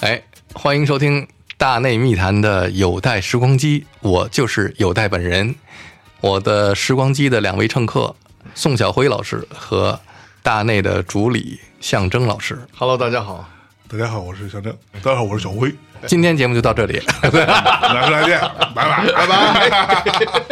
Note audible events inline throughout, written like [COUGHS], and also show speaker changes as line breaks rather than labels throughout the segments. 哎欢迎收听《大内密谈》的有待时光机，我就是有待本人。我的时光机的两位乘客宋晓辉老师和大内的主理象征老师。
Hello，大家好， [LAUGHS]
大家好，我是小郑。大家好，我是小辉。
今天节目就到这里，
来不来见？ [LAUGHS] 拜拜拜拜。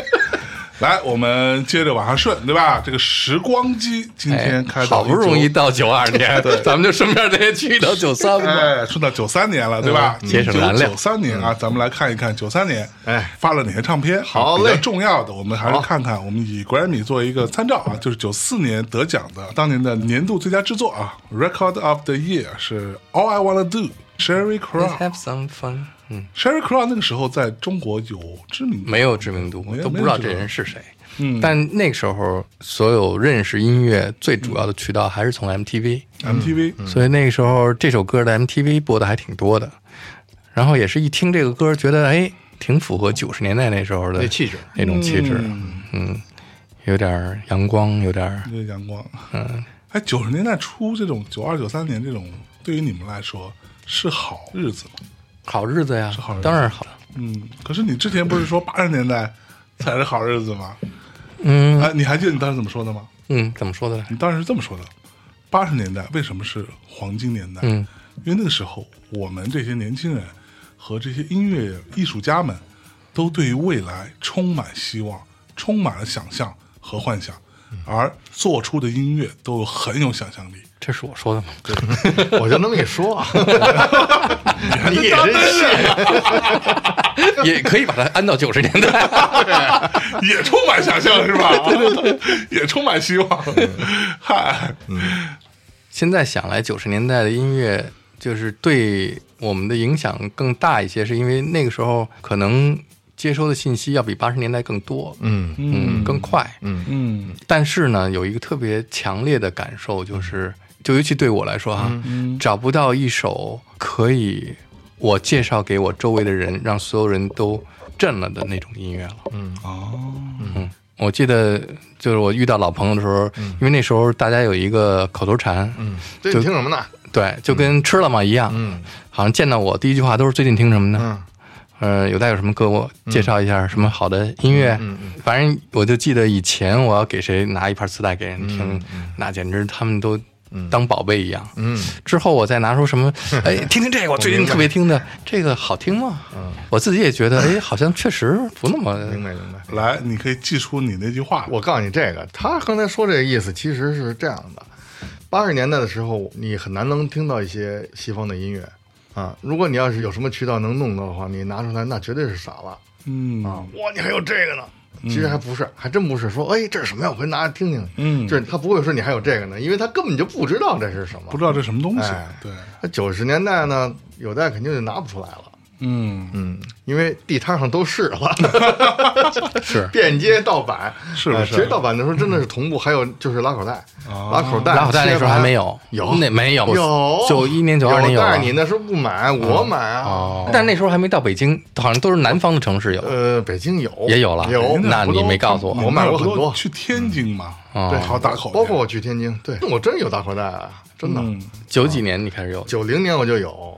来，我们接着往下顺，对吧？这个时光机今天开到
哎好不容易到九二年，咱们就顺便再去
[LAUGHS]
到九三
19，哎，顺到九三年了，对吧？
嗯节省燃料嗯
九三年啊，咱们来看一看九三年，
哎，
发了哪些唱片？
好
比较
嘞
重要的我们还是看看，我们以格莱美作为一个参照啊，就是九四年得奖的当年的年度最佳制作啊，Record of the Year 是 All I Wanna Do。Sherry
Let's
Crow，Sherry
have some fun。嗯，
Crow 那个时候在中国有知名度
没有知名度，我
没有
都不知道这人是谁。嗯，但那个时候所有认识音乐最主要的渠道还是从 MTV。
MTV，
所以那个时候这首歌的 MTV 播的还挺多的，然后也是一听这个歌，觉得哎，挺符合九十年代那时候的
那气质，
那种气质，嗯，有点儿阳光，有点儿
这个阳光。嗯，哎，九十年代初这种九二九三年这种，对于你们来说是好日子吗？
好日子呀
是好日，子
当然好。
嗯，可是你之前不是说八十年代才是好日子吗？
嗯
哎，你还记得你当时怎么说的吗？
嗯，怎么说的来？
你当时是这么说的：八十年代为什么是黄金年代？
嗯，
因为那个时候我们这些年轻人和这些音乐艺术家们都对于未来充满希望，充满了想象和幻想，而做出的音乐都有很有想象力。
这是我说的 [LAUGHS] 吗？
我就那么一说啊， [LAUGHS] 你也真是，
也可以把它安到九十年代。 [LAUGHS]
也充满想象是吧？对对对，也充满希望。 [LAUGHS] 嗨，
现在想来，九十年代的音乐就是对我们的影响更大一些，是因为那个时候可能接收的信息要比八十年代更多，
嗯
嗯，更快，
嗯
嗯
但是呢，有一个特别强烈的感受，就是，就尤其对我来说哈，找不到一首可以我介绍给我周围的人，让所有人都震了的那种音乐了。嗯
哦，
我记得就是我遇到老朋友的时候，因为那时候大家有一个口头禅，
嗯，这你听什么呢？
对，就跟吃了嘛一样，
嗯
好像见到我第一句话都是最近听什么呢？
嗯
呃，有带有什么给我介绍一下什么好的音乐？
嗯
反正我就记得以前我要给谁拿一盘磁带给人听，
嗯
那简直他们都
嗯
当宝贝一样。
嗯
之后我再拿出什
[LAUGHS]
么，哎，听听这个，我最近
明白
特别听的这个好听吗？
嗯
我自己也觉得，哎，好像确实不那么
明白明白。
来，你可以记出你那句话。
我告诉你，这个他刚才说这个意思其实是这样的：八十年代的时候，你很难能听到一些西方的音乐啊。如果你要是有什么渠道能弄到的话，你拿出来那绝对是傻了
嗯
啊！哇，你还有这个呢？其实还不是，还真不是说，哎，这是什么呀？我回去拿着听听。
嗯
就是他不会说你还有这个呢，因为他根本就不知道这是什么。
不知道这什么东西
哎。
对，
那九十年代呢，有代肯定就拿不出来了。
嗯，
嗯，因为地摊上都是了，
[LAUGHS]
[LAUGHS]
是
遍街盗版，
是不是
呃其实盗版的时候真的是同步，还有就是拉口袋，
哦
拉口袋，
拉口袋那时候还没
有，
有，
有
那没有，
有
九一年九二年有
但
啊
是你那时候不买，我买啊。
哦，但那时候还没到北京，好像都是南方的城市有。
呃，北京有
也有了
有，
那你没告诉我
我买过很多啊
去天津嘛，
嗯
对，好打口去，
包括我去天津，对我真有大口袋啊，真的，
嗯，
九几年你开始有，
哦九零年我就有，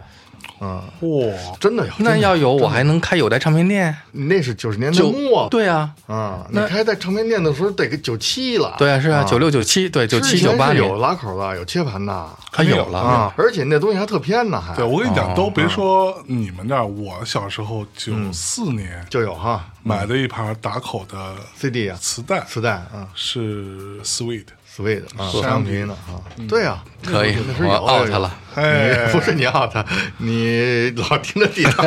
嗯，
哇，
真的有。
那
真的
要有我还能开有带唱片店，
你那是九十年代
九
末，
对啊，
啊，你
那
开在唱片店的时候得个九七了，
对啊，是啊，九六九七，对，九
之
七
前
九八
是
年
有拉口的，有切盘的，
还有了嗯
啊，而且那东西还特偏呢，还
对我跟
哦
啊
你讲，都别说你们这儿，我小时候九
嗯
四年
就有哈
买的一盘打口的
CD 啊，
磁带
磁带啊
是 Sweet，
，Sweet 啊，
是
双皮呢啊，对啊，
嗯可以
那时，候
我
有
out 了。。
哎
你不是你 out，你老盯着地摊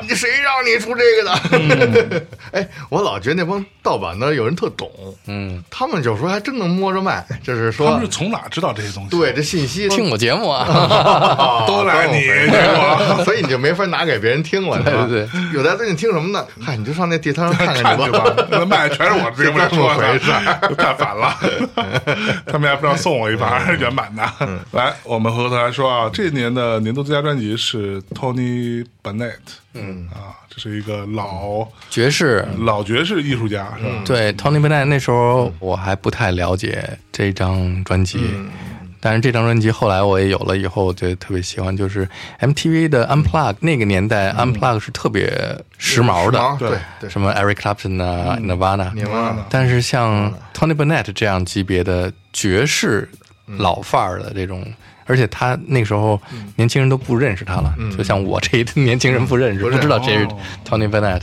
[LAUGHS]
[LAUGHS] 你谁让你出这个的？ [LAUGHS] 哎，我老觉得那帮盗版的有人特懂，
嗯，
他们有时候还真能摸着卖，就是
他
说
们是，从哪知道这些东西？
对，这信息
听我节目
[LAUGHS]
啊，
都赖你
啊 [LAUGHS]
结
所以你就没法拿给别人听了，是吧
对
有的最近听什么呢？嗨，你就上那地摊上看看去
对吧
吧。？
那卖的全是我
[LAUGHS]
这边说的，太烦了。 [LAUGHS] 他们还不让送我一
嗯
盘原版的。 [LAUGHS] 来，我们回头来说啊，这一年的年度最佳专辑是 Tony Bennett，嗯啊，这是一个老
爵士。
老爵士艺术家，是
嗯
吧？
嗯
对，Tony Bennett 那时候我还不太了解这张专辑，但是这张专辑后来我也有了以后，就特别喜欢，就是 MTV 的 Unplug 那个年代，Unplug
嗯
是特别时髦的，
毛啊对对
什么 Eric Clapton 啊、Nirvana，
你忘了
但是像 Tony Bennett 这样级别的爵士老范儿的这种，而且他那个时候年轻人都不认识他了，就像我这一代年轻人不认识，
不认
不
识
知道谁是
哦
Tony Bennett，、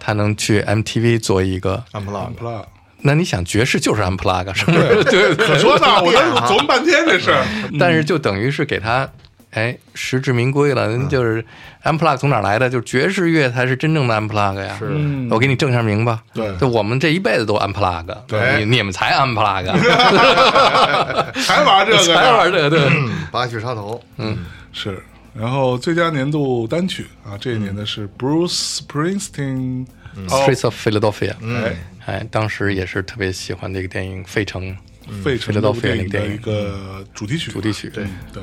他能去 MTV 做一个，
unplug
那你想爵士就是 unplug 啊是不 [LAUGHS] 是？对，
可说呢，我当时琢磨半天这事儿。
[LAUGHS] 但是就等于是给他。哎，实至名归了，就是 unplug 从哪儿来的？就是爵士乐才是真正的 unplug 呀。
是
嗯
我给你证下名吧。
对
就我们这一辈子都 unplug，
对
你你们才 unplug，
还玩这个呢，
[LAUGHS] 才玩这个对。
拔去插头，嗯，
是。然后最佳年度单曲啊，这一年的
嗯
是 Bruce Springsteen，哦，
Streets of Philadelphia，
哎，
哎，当时也是特别喜欢这个电影《费城》。
费城的电影的
嗯 Philadelphia
一个主题曲，
主题曲嗯
对对，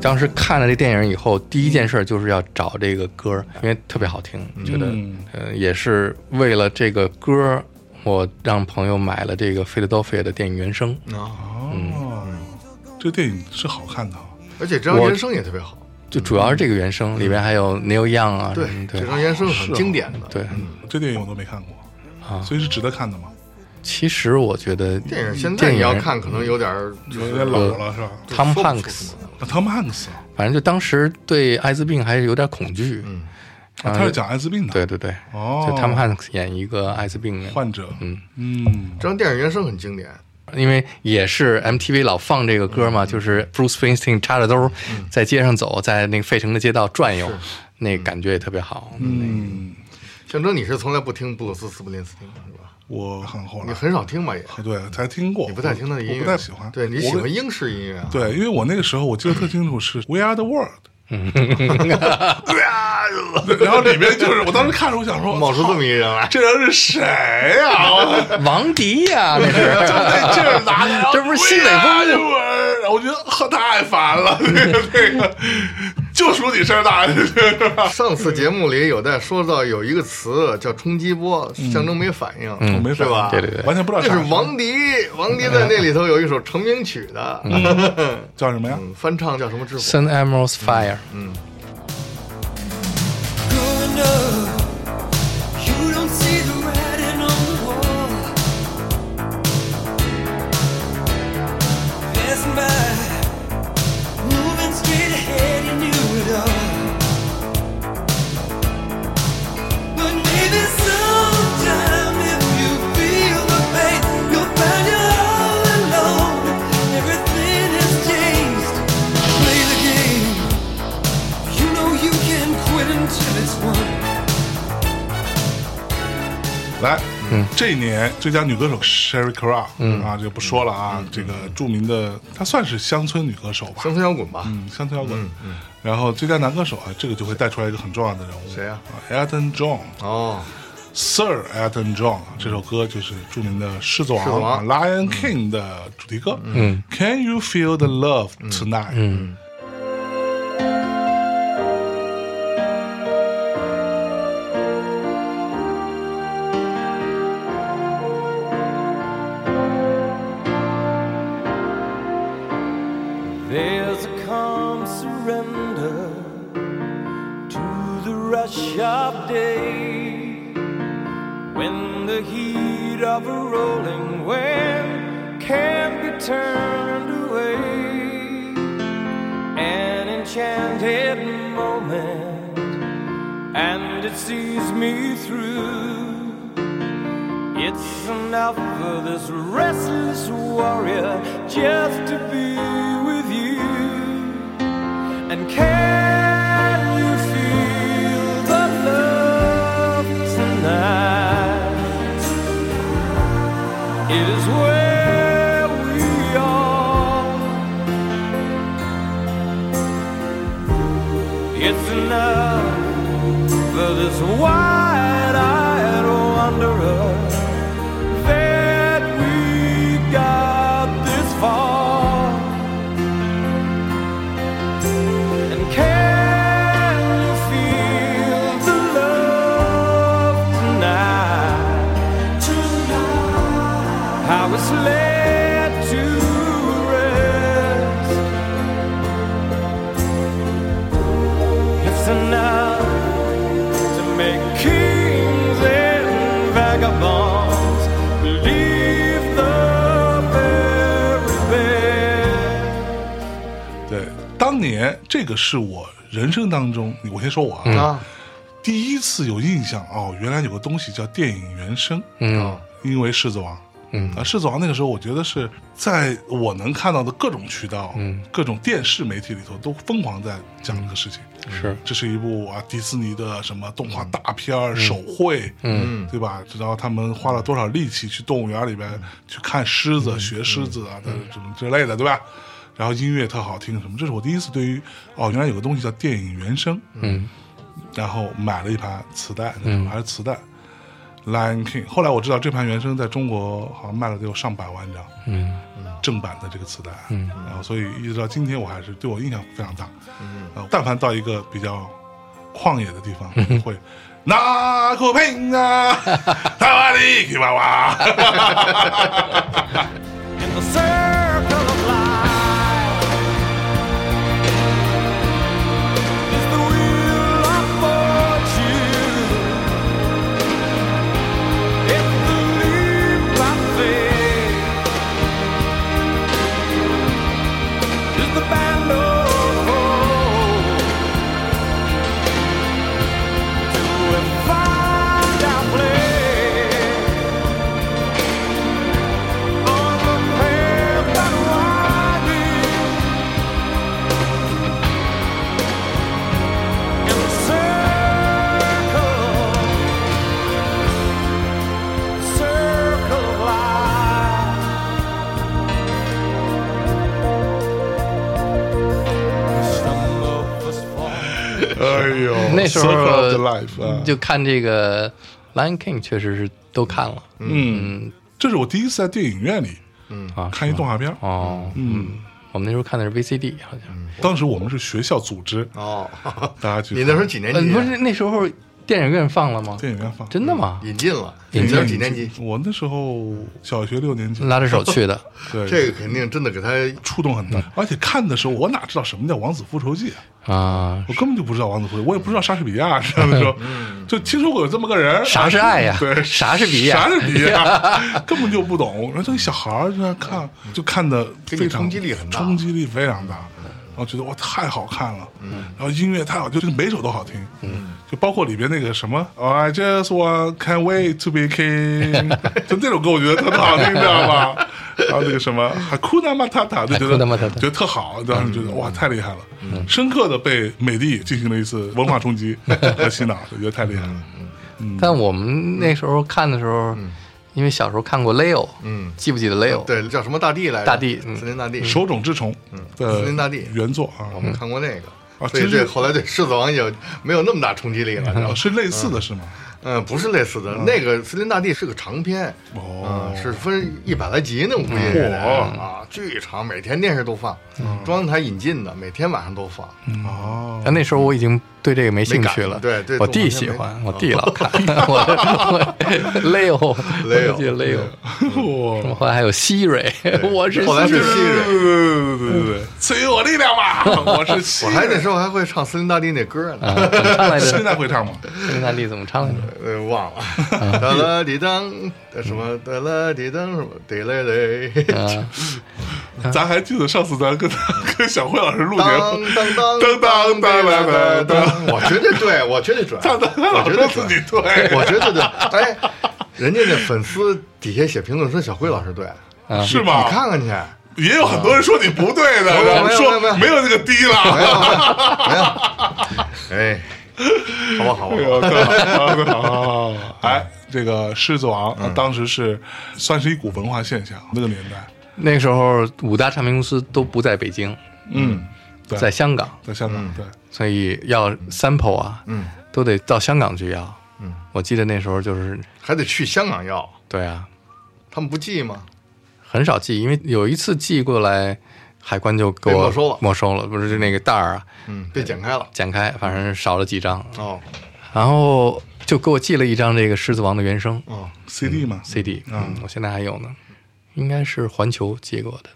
当时看了这电影以后，第一件事就是要找这个歌儿，因为特别好听，觉得呃也是为了这个歌儿，我让朋友买了这个《Philadelphia》的电影原声。
啊
嗯
哦，这电影是好看的啊，
而且这张原声也特别好，
就主要是这个原声，里边还有 Neil Young 啊，
嗯对
什么，
这
对
张原声很
是啊
经典的，
对。
这电影我都没看
啊
过，所以是值得看的嘛，
其实我觉得
电
电
影现在
影
你要，看，可能有点儿
嗯
嗯
有点老了是吧？
Tom
说不出
Hanks
什么
那 Tom Hanks 啊
反正就当时对艾滋病还是有点恐惧。嗯，
啊他是讲艾滋病的，
对对对，
哦
就 Tom Hanks 演一个艾滋病人，
患者，
嗯
嗯，
这张电影原声很经典，
因为也是 MTV 老放这个歌
嗯
嘛，就是 Bruce Springsteen 插着兜在街上走，在那个费城的街道转悠，那感觉也特别好。嗯，
象征你是从来不听布鲁斯·斯普林斯汀的是吧？
我很后
你
来，
很少听吧也？
对，才听过，
你不太听他的音乐，
我不太喜欢，
对你
我
喜欢英式音乐啊？
对，因为我那个时候我记得特清楚是 We Are the World。对 [LAUGHS] 然后里面就是我当时看着，我想说，
冒出这么一人来，
这人是谁呀、我
王迪呀，那
[LAUGHS]
就是在这儿拿着，
这不是西北风
就我觉得呵太
[LAUGHS]
烦了，那个那个，就属你声儿大，是吧？
上次节目里有在说到有一个词叫冲击波，象征没反应，
我哦没
是
反应
吧？
嗯对对对
完全不知
那
道啥
是王迪，王迪在那里头有一首成名曲的，
嗯
嗯叫什么呀？
嗯翻唱叫什么之火？
Sun Emerald Fire，
Growing up, you don't see the writing on the wall. Passing by, moving straight ahead, you knew it all. But maybe sometime if you feel the pain, you'll find you're all alone. Everything has changed. Play the game. You know you can quit until it's won.
来，这一年最佳女歌手 Sherry Crow，啊，就不说了啊，这个著名的，她算是乡村女歌手吧，
乡村摇滚吧，
嗯，乡村摇滚。然后最佳男歌手啊，这个就会带出来一个很重要的人物，呃
谁啊
？Elton John。
哦，
Sir Elton John 这首歌就是著名的《嗯狮子王》
狮子王
啊 Lion King》的主题歌。嗯，Can you feel the love tonight？嗯，
There's a calm surrender
a sharp day when the heat of a rolling wind can't be turned away. An enchanted moment, and it sees me through. It's enough for this restless warrior just to be with you. And can you feel the love tonight? It is where we are. It's enough for this wide-eyed wanderer that we got this far. And can you feel the love tonight? Tonight, how it's led to rest. It's enough to make kings and vagabonds believe the very best.
对，当年这个是我人生当中，我先说我啊，
啊，
第一次有印象哦，原来有个东西叫电影原声，啊
嗯
因为《狮子王》。嗯啊，《狮子王》那个时候，我觉得是在我能看到的各种渠道、嗯、各种电视媒体里头，都疯狂在讲这个事情。
是
这嗯是一部啊，迪士尼的什么动画大片儿、手绘，嗯，对吧？然后他们花了多少力气去动物园里边去看狮子、学狮子啊，什么之类的，对吧？然后音乐特好听，什么？这是我第一次对于哦，原来有个东西叫电影原声，
嗯，
然后买了一盘磁带，那时候还是磁带，Lion King。后来我知道这盘原声在中国好像卖了得有上百万张，嗯，正版的这个磁带，嗯，然后所以一直到今天，我还是对我印象非常大。嗯，但凡到一个比较旷野的地方，
嗯
会。那酷
[LAUGHS]
拼啊，塔瓦里吉娃娃，
in the circle of life is the wheel of fortune. It's the leap by faith is the band of hope to find our place. On the path that winds in a circle, circle of life. Some of us fall.
哎呦，
[LAUGHS] 那时候
Circle of the Life 啊，
就看这个《Lion King》，确实是都看了。
嗯，这是我第一次在电影院里
啊，
看一动画片儿。
哦，嗯，我们那时候看的是 VCD，好
嗯
像。
当时我们是学校组织，
哦，
大家去
你那时候几年级
嗯，
啊？
不是那时候电影院放了吗？
电影院放，
真的吗？
引进了，
引
你
进
哎
那是几年级？嗯
我那时候小学六年级，
拉着手去
[LAUGHS]
的，
对
这个肯嗯定真的给他
触动很大。而且看的时候，我哪知道什么叫《王子复仇记》啊？
啊，
我根本就不知道《王子复仇记》，我也不知道莎士比
嗯
亚。知道那时候，就听说过有这么个人。
啥是爱呀
对，
啥是比亚
啥是比
[LAUGHS]
亚？根本就不懂。然后这个小孩儿就在看，就看的
嗯给
非
你
常
冲击力很大
冲击力非常大。
嗯
然后觉得哇太好看了，然后音乐太好，就是每首都好听，
嗯
就包括里边那个什么 I just want can't wait to be
[LAUGHS]
king，就那首歌我觉得特好听，你知道吧？然后那个什么 Hakuna Matata 就觉得
Hakuna Matata 嗯
觉得特好，当时觉得哇太厉害了，深刻的被美帝进行了一次文化
[LAUGHS]
冲击和洗脑，我觉得太厉害
嗯
了。
嗯
但我们那时候看的时候，因为小时候看过 Leo，
嗯
记不记得 Leo？，
对叫什么大地来着？
大地嗯
森林大地。
手冢治虫的
森林大地
原作啊
我，
嗯
们看过那个
啊，
所以
真
[LAUGHS]
是
这后来对《狮子王》也没有那么大冲击力了，知道
然
吗
后是类似的是吗？
嗯，不是类似的，那个《森林大地》是个长篇，
哦嗯
嗯是分一百来集呢，我估计
嚯
啊，巨长，每天电视都放，
嗯
中央台引进的，每天晚上都放，
嗯
哦，
但那时候我已经对这个没兴趣了。
没感对对
我弟
我
喜
现在没哦
欢，我弟老看， [LAUGHS] 我我雷欧，
雷欧
记得雷欧，
[LAUGHS] 哇
后来还有希瑞，我是
后来
希
是
瑞
西人。
对对对对，赐予我力量吧！我是七
我
人，
还那时候还会唱《森林大地》那歌呢，
嗯
啊怎么唱来着？
现在会唱吗？
森林大地怎么唱来着？
呃，忘了，
嗯
哒啦滴当，呃什么哒啦滴当什么，滴嘞嘞，
嗯
啊，
咱还记得上次咱跟跟小慧老师录节
当
目，
当当
当当当当当当，
我绝对对，我绝对准，
当当当
我
老
绝
师
对
自
准
己，对，
我绝对对。哎，人家那粉丝底下写评论说小辉老师对，
是
你
吗？
看看去，
也有很多人说你不对的，
没有
然后
没有
说
没有
没有这个低
没有
了。
没有，哎，好吧好吧
哎，呦对好对好好好哎，这个《狮子王》当时是算是一股文化现象，那个年代，
那个时候五大唱片公司都不在北京，
嗯，对
在香港，
在香港，对，
所以要 sample 啊，嗯，都得到香港去要。嗯，我记得那时候就是，
还得去香港要，
对啊，
他们不寄吗？
很少寄，因为有一次寄过来，海关就给
被
我
没收了
没收了，不是就那个袋儿啊，
嗯，被剪开了。
剪开，反正少了几张，
哦
然后就给我寄了一张这个《狮子王》的原声
哦，
CD 嘛
CD，嗯，我现在还有呢，应该是环球寄过的，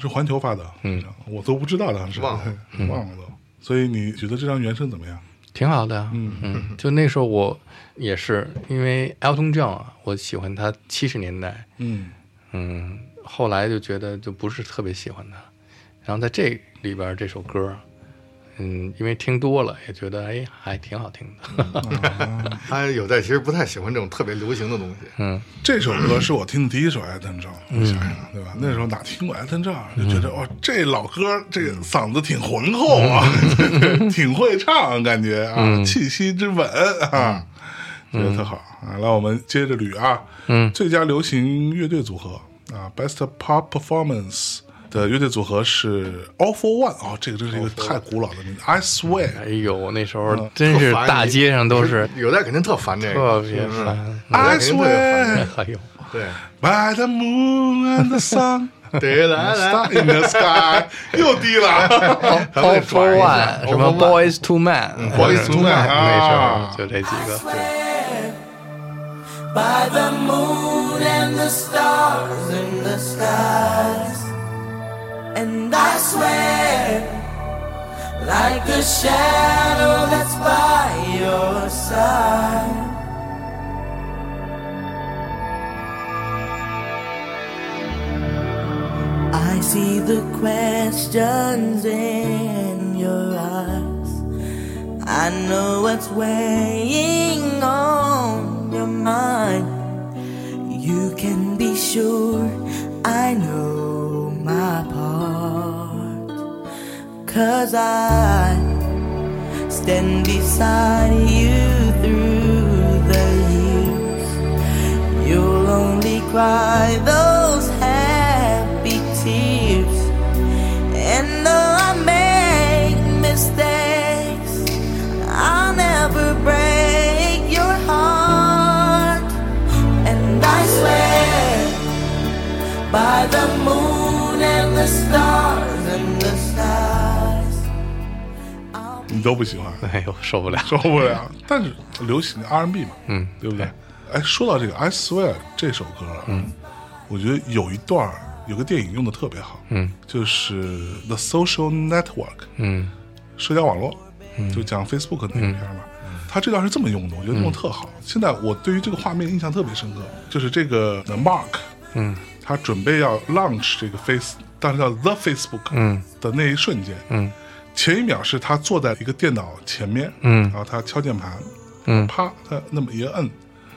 是环球发的，
嗯，
我都不知道当时
忘了，
忘了都。所以你觉得这张原声怎么样？
挺好的啊，嗯嗯，就那时候我也是因为 Elton John 啊，我喜欢他七十年代，
嗯，
嗯，后来就觉得就不是特别喜欢他，然后在这里边这首歌，嗯，因为听多了也觉得哎还挺好听的，
他有代其实不太喜欢这种特别流行的东西。
嗯，
这首歌是我听的第一首艾登照，你想想对吧？那时候哪听过艾登照，就觉得哇，这老歌这个嗓子挺浑厚啊， [LAUGHS] 挺会唱，感觉啊，气息之稳啊，觉得特好啊。来，我们接着捋啊，嗯，最佳流行乐队组合啊，Best Pop Performance。的乐队组合是 All for One 嗯哦，这个真是一个太古老的名字。I swear，
哎呦那时候真是大街上都是
有代肯定特烦这个，
特别
嗯
烦，
I
肯定特别烦
swear
哎呦，
对，
by the moon and the [LAUGHS] sun
对来来哎
star，in the sky，又低
[LAUGHS]
了。
咱
All
们得转
for
一
One，
下
什么 Boys to Man，
Boys to Man，
那
啊
时候就这几个，
By the moon and the stars in the skies. And I swear, like the shadow that's by your side. I see the questions in your eyes. I know what's weighing on your mind. You can be sure I know my part. Cause I stand beside you through the years. You'll only cry those happy tears. And though I make mistakes, I'll never break your heart. And I swear by the moon and the stars and the stars.
你都不喜欢，啊
哎呦受不了，
受不了。 [LAUGHS] 但是流行 R&B 嘛，
嗯，
对不对？哎，说到这个《I Swear》这首歌，嗯，我觉得有一段儿有个电影用的特别好，嗯，就是《The Social Network》，
嗯
社交网络，就讲 Facebook 那一篇嘛。他这段是这么用的，我觉得用的特好。现在我对于这个画面印象特别深刻，就是这个呃 Mark，
嗯，
他准备要 launch 这个 Face，当时叫 The Facebook，
嗯
的那一瞬间，
嗯，
前一秒是他坐在一个电脑前面，
嗯
然后他敲键盘，
嗯
啪，他那么一摁，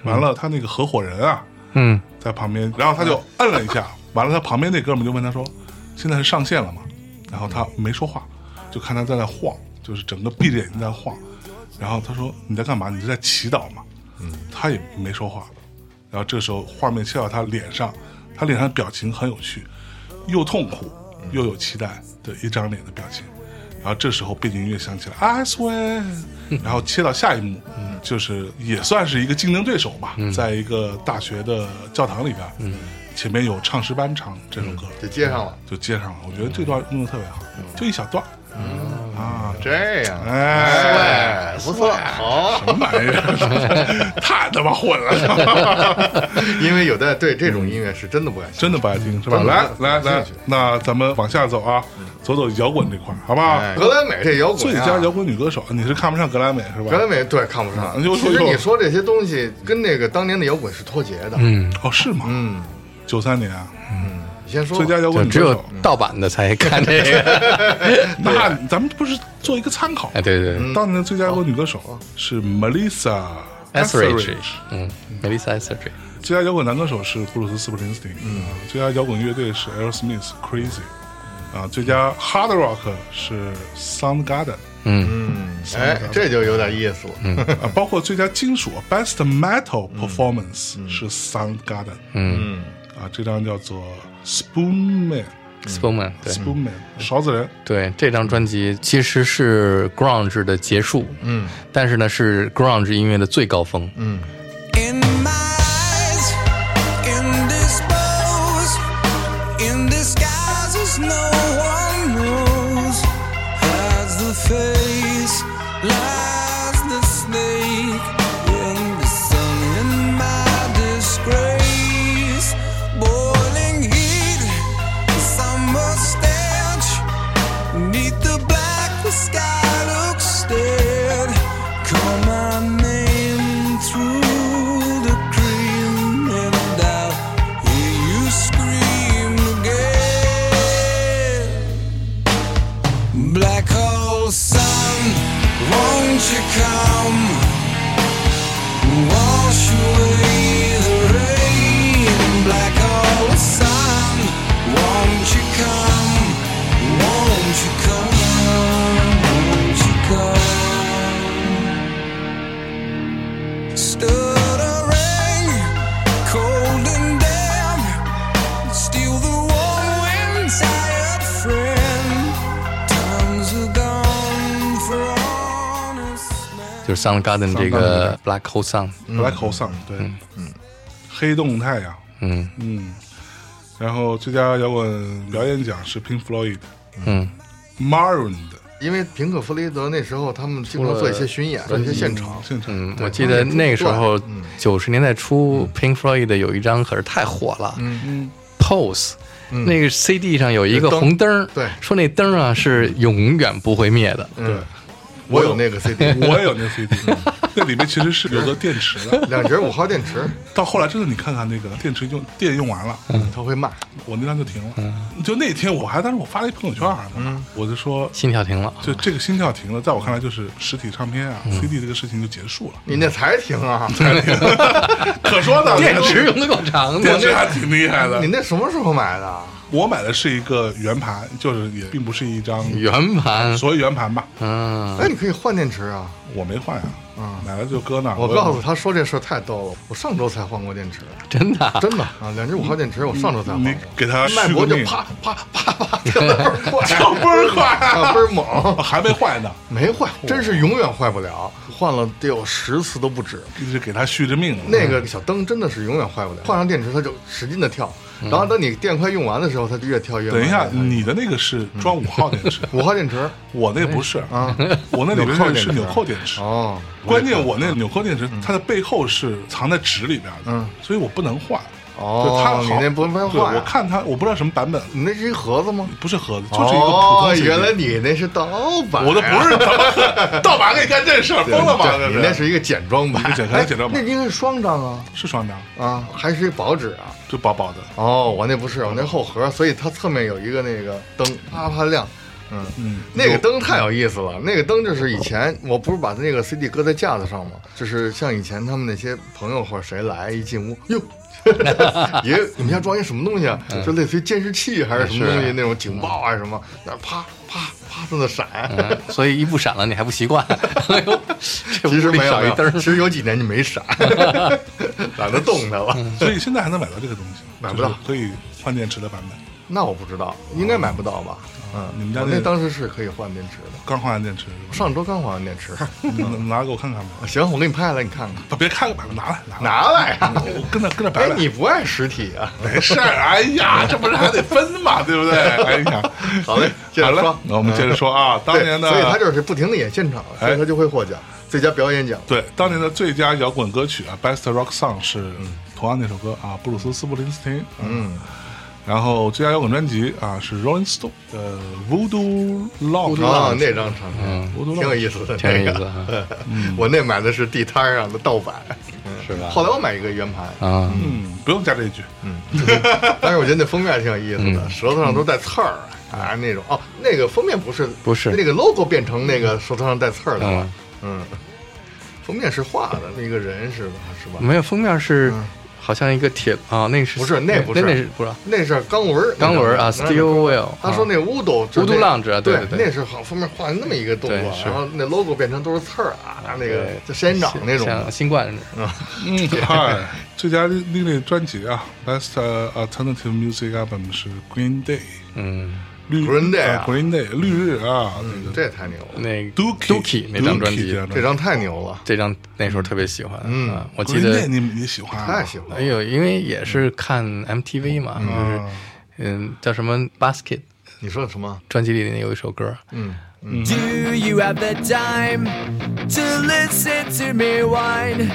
完了他那个合伙人啊
嗯
在旁边，然后他就摁了一
[LAUGHS]
下，完了他旁边那哥们就问他说：“现在是上线了吗？”然后他没说话，就看他在那晃，就是整个闭着眼睛在晃，然后他说：“你在干嘛？你是在祈祷吗？”他也没说话。然后这时候画面切到他脸上，他脸上的表情很有趣，又痛苦又有期待的一张脸的表情。然后这时候背景音乐响起来，I swear，然后切到下一幕，就是也算是一个竞争对手吧，在一个大学的教堂里边，嗯，前面有唱诗班唱这首歌，
就接上了。
就接上了。我觉得这段用的特别好，就一小段儿，啊，
这
嗯
样，
哎，
哎，不错，哦好。
什么玩意儿，太他妈混了，
因为有的对这种音乐是真的不感兴趣，
真的不爱听是吧？
真的
来
不
来
感兴
来
趣，
那咱们往下走啊，走走摇滚这块儿，好不好？
哎格莱美这摇滚、啊，
最佳摇滚女歌手，你是看不上格莱美是吧？
格莱美对看不
啊
上。
又
其
又
实
又
你说这些东西跟那个当年的摇滚是脱节的。嗯
嗯，
哦是吗？九三年啊，
你先说吧
最佳摇
就
滚女
只
歌
有
手，
盗版的才看这个。
那咱们不是做一个参考
哎，？对对对
当年的最佳摇滚女歌
哦
手是 Melissa
，Etheridge，
Etheridge
嗯，Melissa Etheridge，
最佳摇滚男歌手是布鲁斯·斯普林斯汀，嗯，最佳摇滚乐队是 Aerosmith Crazy，啊，最佳 Hard Rock 是 Soundgarden，
嗯
哎，这就有点意思了。
啊，包括最佳金属 Best Metal Performance 是 Soundgarden，
嗯
嗯，
啊，这张叫做 Spoon
，Spoman，
Man，Spoon
对
Man 勺子人，
对，这张专辑其实是 grunge 的结束，
嗯，
但是呢是 grunge 音乐的最高峰，
嗯，
In my eyes, indisposed, in disguises no one knows. Hides the face, lies the snake, in the sun, in my disgrace. Boiling heat, summer stench. Neath the black, the sky looks dead. Call my name through the cream, and I'll hear you scream again. Black hole sun, won't you come? Wash away the rain. Black hole sun, won't you come? Won't you come? Won't you come? Stood a ring, cold and damp. Still the warm and tired friend. Times are gone for honest men.
就是 Soundgarden 这个 Black Hole Sun，
Black Hole Sun，对，嗯，黑洞太阳，
嗯
嗯，然后最佳摇滚表演奖是 Pink Floyd
嗯，
Maroon 的。
因为平克·弗雷德那时候他们经常做一些巡演，做一些现场。
现场，
嗯，我记得那个时候九十年代初，Pink Floyd 有一张可是太火了，
嗯
Pose。那个 CD 上有一个
有灯
红灯儿
对
说那灯儿啊是永远不会灭的。
嗯，我有那个
[LAUGHS]
CD，
我也有那 CD，那里面其实是有个电池的。
两节五号电池，
到后来真的，你看看那个电池用电用完了，
他会骂。
我那张就停了。就那天我还当时我发了一朋友圈啊，我就说，
心跳停了，
就这个心跳停了，在我看来就是实体唱片啊，CD 这个事情就结束了。
你那才停啊！
[LAUGHS] 可说 [LAUGHS] 呢，
电池用的够长
电
的。
池还挺厉害
你
的。
那什么时候买的？啊
我买的是一个圆盘，就是也并不是一张
圆盘，
所谓圆盘吧，
嗯，
哎，你可以换电池啊！
我没换啊，买了就搁那儿。
我告诉他说这事儿太逗了，我上周才换过电池，
真的啊，
真的啊，两节五号电池我上周才换
你
过。
给他
脉
续
搏
个
就
命，
啪啪啪啪 [LAUGHS] 跳得倍儿
跳
快，
倍儿快，
啊倍儿猛，
还没坏呢。
没坏，真是永远坏不了，换了得有十次都不止。
一直给他续着命。
那个小灯真的是永远坏不了，换上电池它就使劲的跳，然后等你电快用完的时候，它就越跳越慢。
嗯
嗯
等一下，你的那个是装五号电池，
五号电池
我那不是啊，我那里边是是纽扣电池。
哦，
关键我那纽扣电池，它的背后是藏在纸里边的
嗯，
所以我不能换。
哦
就它好
你那不能换
对我看它，我不知道什么版本，
你那是一盒子吗？
不是盒子，就是一个普通
哦，
CD。
原来你那是盗版，啊
我的不是怎
[LAUGHS]
么盗版给你干这事儿，
对
疯了吗？
对你那是一个简装版，
一个简单简装版
哎那应该是双张啊
是双张，
啊，还是一薄纸啊。
就薄薄的。
哦，我那不
嗯
是，我那后盒，所以它侧面有一个那个灯，啪啪亮。嗯
嗯，
那个灯太有意思了，那个灯就是以前我不是把那个 CD 搁在架子上吗？就是像以前他们那些朋友或者谁来一进屋，哟， [LAUGHS] 爷，你们家装一什么东西啊？
嗯
就类似于监视器还是什么东西那种警报啊什么，那啪啪啪在那 [LAUGHS] 闪。
嗯 [LAUGHS] 所以一不闪了你还不习
[LAUGHS]
惯。哎呦，这
其实
屋里
没有
少
没
一
有
灯
其
儿，
实有几年就没闪， [LAUGHS] 懒得动它
嗯
了。
所以现在还能买到这个东西，
嗯买不到
就是可以换电池的版本。
那我不知道，应该买不到吧？嗯，
你们家
我
那
那当时是可以换电池的，
刚换完电池是吧？
上周刚换完电池。 [LAUGHS]
你能拿给我看看吗？
行，我给你拍来，你看看。
别看了吧，拿来拿来，
拿来啊！
我跟着跟着白
[LAUGHS] 哎
了，。
你不爱实体啊？
没事儿，哎呀，这不
[LAUGHS]
是还得分嘛，对不对？哎呀，
好嘞接着
好了
说嗯
那我们接着说啊，当
对，
年的
所以他就是不停的演现场，所以他就会获奖，最佳表演奖。
对当年的最佳摇滚歌曲啊，Best Rock Song 是嗯同样那首歌啊，布鲁斯·斯普林斯汀，嗯，然后最佳摇滚专辑啊是 Rolling Stone 的 Voodoo Lounge，
啊，那张唱片
嗯
挺有意思的，
挺有意
那
思
个
啊
[LAUGHS] 我那买的是地摊上的盗版，
是吧？
后来我买一个圆盘，
啊，
嗯，不用加这一句，
[LAUGHS] 但是我觉得那封面挺有意思的，舌头上都带刺儿啊那种。哦，那个封面不是
不是
那个 logo 变成那个舌头上带刺儿的了
嗯，
嗯，封面是画的，那个人是吧？是吧？
没有封面是好像一个铁啊，那是
嗯不是那
那
不是
那是不是啊
那是钢轮儿，
钢轮儿啊
那是钢轮儿
，Steel Wheel
他说那 Voodoo 就是
Voodoo
那
Lounge 啊对
对
对对
那是好封面画那么一个动作啊
对，是
然后那 logo 变成都是刺儿啊，那个
对
就仙人掌那种的。
像新冠似的
[LAUGHS] 嗯，嗨，最佳另类专辑啊，Best Alternative Music Album 是 Green Day，
嗯，
绿
Green Day 啊
啊，Green Day 绿日啊，
嗯
这个
这也太牛了，
那
Dookie
Dookie 那张专
Dookie 这
辑
张，
这张太牛了，
这张那时候特别喜欢。
嗯
啊我记
Green Day
得，
你你喜欢啊？
太喜欢
哎
了。
呦，因为也是看 MTV 嘛，就是嗯，叫什么 Basket
你说什么？
专辑里那有一首歌，
Do you have the time to listen to me whine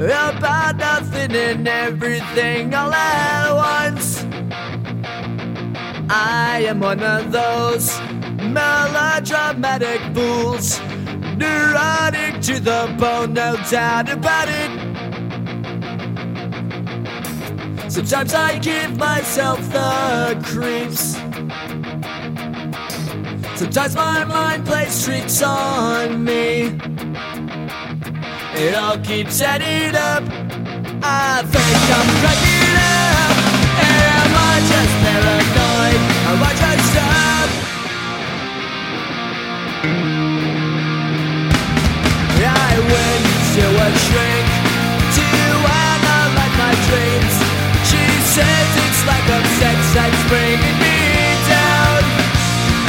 about nothing and everything all at once? I am one of those melodramatic fools, neurotic to the bone, no doubt about it. Sometimes I give myself the creeps. Sometimes my mind plays tricks on me. It all keeps adding up. I think I'm cracking up. Am I just paranoid? Am I just up? I went to a shrink to analyze my dreams. She says it's like a sex that's bringing me down.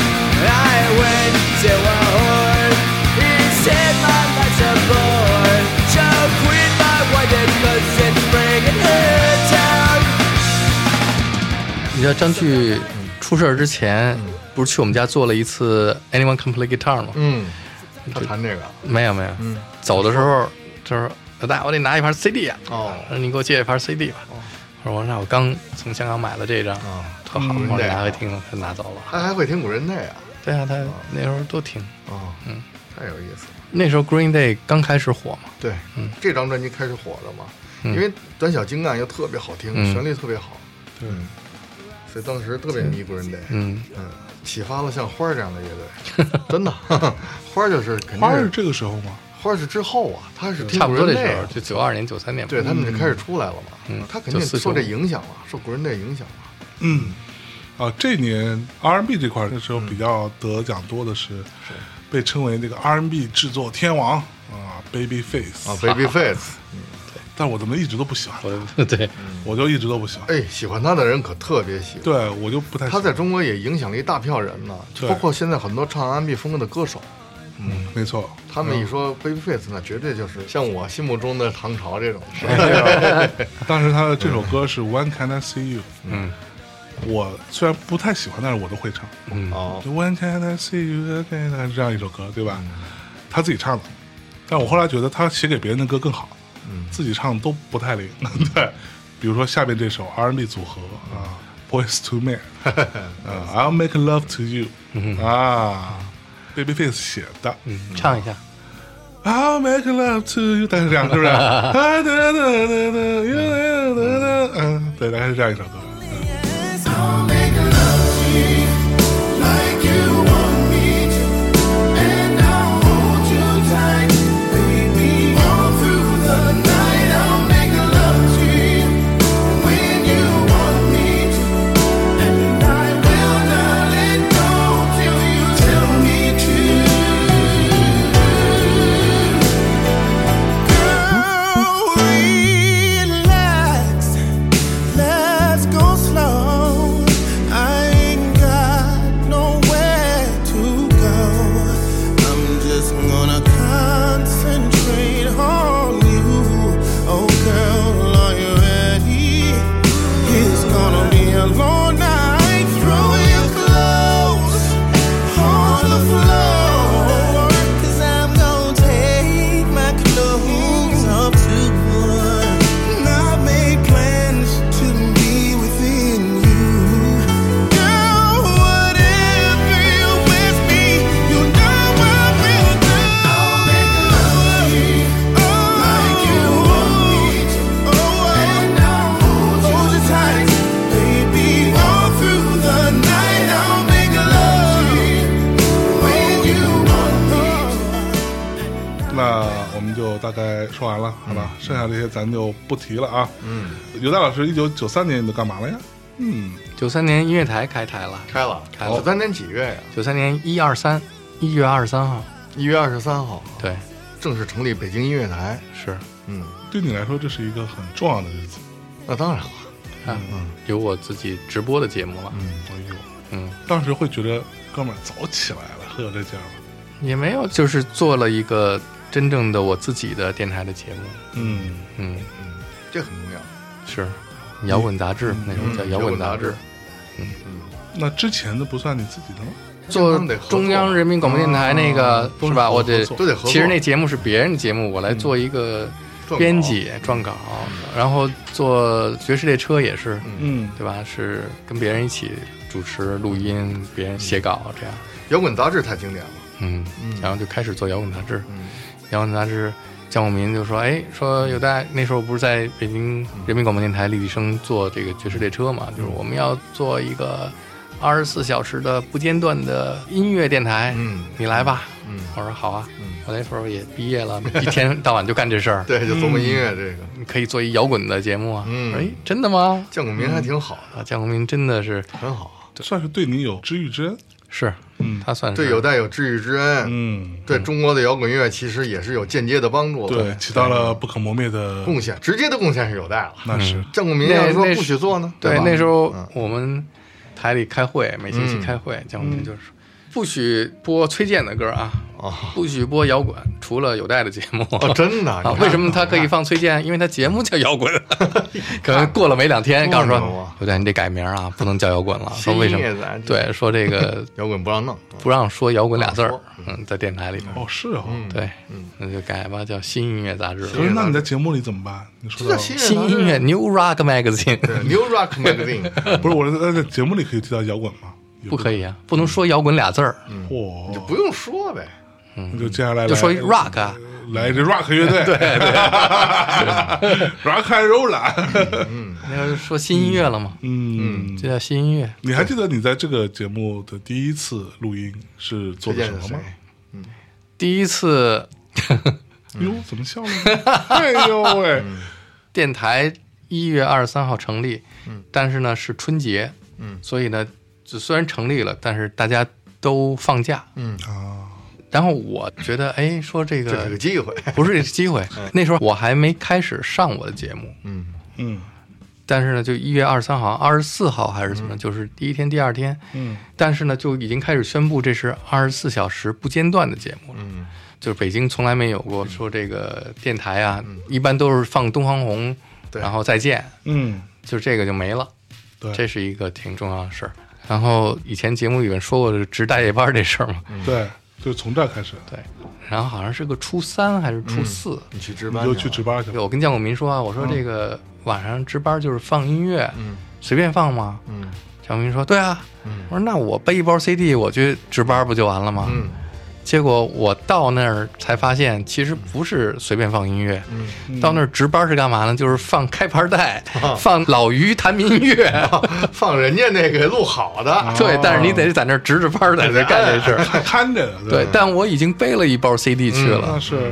I went to a whore. He said my life's a bore. So quit my wedding cause it's bringing her down.
你知道张炬出事儿之前，不是去我们家做了一次 Anyone Can Play Guitar 吗？
嗯，他弹这个
没有没有，走的时候就是老大，我得拿一盘 CD 啊，
哦，
说你给我借一盘 CD 吧。我说那我刚从香港买了这张，
哦
特
嗯
好，我说拿回听，他拿走了。
他还会听古人内啊，
对啊，他那时候都听，
哦，嗯，太有意思了。
那时候 Green Day 刚开始火嘛，
对，这张专辑开始火了嘛，因为短小精干又特别好听，
嗯
旋律特别好，对，所以当时特别迷古人队，
嗯
嗯，启发了像花儿这样的乐队，
[LAUGHS]
真的，花儿就是肯定
花儿是
是
这个时候吗？
花儿是之后啊，他是听
差不
古
多
人
这
队
时候，，就九二年、九三年吧。
对他们就开始出来了嘛，
嗯
他肯定
94
受这影响了，受古人队影响了，
嗯，啊，这年 R&B 这块儿那时
嗯
候比较得奖多的是，被称为那个 R&B 制作天王啊，Babyface
啊。，Babyface，
但我怎么一直都不喜欢他，
我 [LAUGHS] 对，
嗯
我就一直都不喜
[LAUGHS]
欢。
哎，喜欢他的人可特别喜欢。
对我就不太喜
他
欢
在中国也影响了一大票人呢，就
对
包括现在很多唱 R&B 风格的歌手，
没错，
他们一说
嗯
Babyface，那绝对就是像我心目中的唐朝这种。
当时他的这首
嗯
歌是 When Can I See You，
嗯，
我虽然不太喜欢，但是我都会唱。
嗯，[LAUGHS]
[LAUGHS] 哦，
就 When Can I See You Again，大概是这样一首歌，对吧？他自己唱的，但我后来觉得他写给别人的歌更好，自己唱的都不太灵。 [LAUGHS] 对，比如说下面这首 R&B 组合啊，Boys to Men，啊，I'll Make Love to You，啊，Babyface 写的
嗯， [LAUGHS] 唱一下，
，I'll Make Love to You，但是这样是不是？啊哒哒哒哒哒哒哒，嗯，对，大概是这样一首歌。
Relax, let's go slow. Oh, Oh,
大概说完了，好吧？剩下这些咱就不提了啊。嗯，尤大老师，一九九三年你都干嘛了呀？嗯，
九三年音乐台开台了，
开了，
开了
九三年几月呀？
九三年一二三，一月二十三号，
一月二十三号，
对，
正式成立北京音乐台。
是
嗯，
对你来说这是一个很重要的日子。
那当然了，
啊，有我自己直播的节目了，
哎呦，
嗯，
当时会觉得哥们儿早起来了，会有这劲儿吗？
也没有，就是做了一个真正的我自己的电台的节目，
嗯，
嗯，
这很重要。
是摇滚杂志，那时候叫
嗯
摇滚杂
摇
志
滚杂，
那之前的不算你自己的吗？
做
他们得合作
中央人民广播电台那个
啊
是吧？
都
我得
得合作
都得合作
其实那节目是别人的节目，我来做一个
撰稿
编辑撰稿，然后做爵士列车也是，
嗯，
对吧？是跟别人一起主持录音，别人写稿这样，
摇滚杂志太经典了，
嗯
嗯，
然后就开始做摇滚杂志，
嗯
摇滚杂志。姜武民就说：“哎，说有在那时候不是在北京
嗯
人民广播电台立体声做这个爵士列车嘛，就是我们要做一个二十四小时的不间断的音乐电台，
嗯
你来吧。”
嗯
我说好啊，
嗯
我那时候也毕业了，一天到晚就干这事儿。，
[LAUGHS] 对，就琢磨音乐这个，
嗯
你可以做一摇滚的节目啊。
嗯
我说哎，真的吗？
降骨民还挺好的，
啊，江宏明真的是
很好，
算是对你有知遇之恩。
是，
嗯
他算是
对有带有治愈之恩，
嗯，
对中国的摇滚乐其实也是有间接的帮助的，
对，起到了不可磨灭的
贡献，直接的贡献是有带了。嗯
那是
降骨民
那
要是说
那
不许做呢，
对
吧
那时候
嗯
我们台里开会，每星期
嗯
开会，江宏明就是说不许播崔健的歌啊，
哦
[LAUGHS] 不许播摇滚，除了有带的节目。[LAUGHS]
哦，真的
啊，为什么他可以放崔健？因为他节目叫摇滚，可能过了没两天，告诉
多牛啊
说，有带你得改名啊，不能叫摇滚了。说为什
新叶子啊
么？对，说这个
摇滚不让弄？
不让说摇滚俩字
不
儿
让，
嗯，在电台里头，
哦，是哦。
对，那就改吧，叫新音乐杂志了，
可是那你在节目里怎么办？你
这
说
叫
到
新
新音乐 New Rock Magazine，
New Rock Magazine，
[LAUGHS] 不是我在在节目里可以提到摇滚吗？
[LAUGHS] 不可以啊，不能说摇滚俩字儿，
嗯嚯，
不用说呗，
那就接下来
就说一
来
rock 啊，
来这 rock 乐队，对对 [LAUGHS] ，rock and roll 啊。
那要是说新音乐了嘛，
嗯，
这叫新音乐，
你还记得你在这个节目的第一次录音是做
推
的
荐
什
是
么
谁
吗？？
第一次
哟，怎么笑了呢？哎呦喂，
电台一月二十三号成立，但是呢是春节，
嗯
所以呢就虽然成立了，但是大家都放假，
嗯
啊，
然后我觉得，哎，说这
这是
个
个机会， [LAUGHS]
不是这机会，那时候我还没开始上我的节目，
嗯
嗯
但是呢，就一月二十三号、二十四号还是怎么，
嗯
就是第一天、第二天，
嗯，
但是呢，就已经开始宣布这是二十四小时不间断的节目了。
嗯
就是北京从来没有过说这个电台啊，一般都是放东方红，
嗯对
然后再见，
嗯，
就这个就没了。
对
这是一个挺重要的事儿。然后以前节目里面说过这值大夜班这事儿嘛，
嗯
对，就从这儿开始，
对。然后好像是个初三还是
嗯
初四，
你去值
你
班
就
了
去值班去了。
我跟姜国民说啊，我说这个晚上值班就是放音乐，
嗯
随便放吗？
嗯
小明说：“对啊。
嗯”
我说：“那我背一包 CD，我去值班不就完了吗？”
嗯
结果我到那儿才发现，其实不是随便放音乐。
嗯，
到那儿值班是干嘛呢？就是放开盘带，放老于谈民乐。
[LAUGHS] 放人家那个录好的，
啊
对，但是你得在那儿值着班，在那儿干这事
[LAUGHS]
儿。
还看着呢，
对，但我已经背了一包 CD 去了。
那是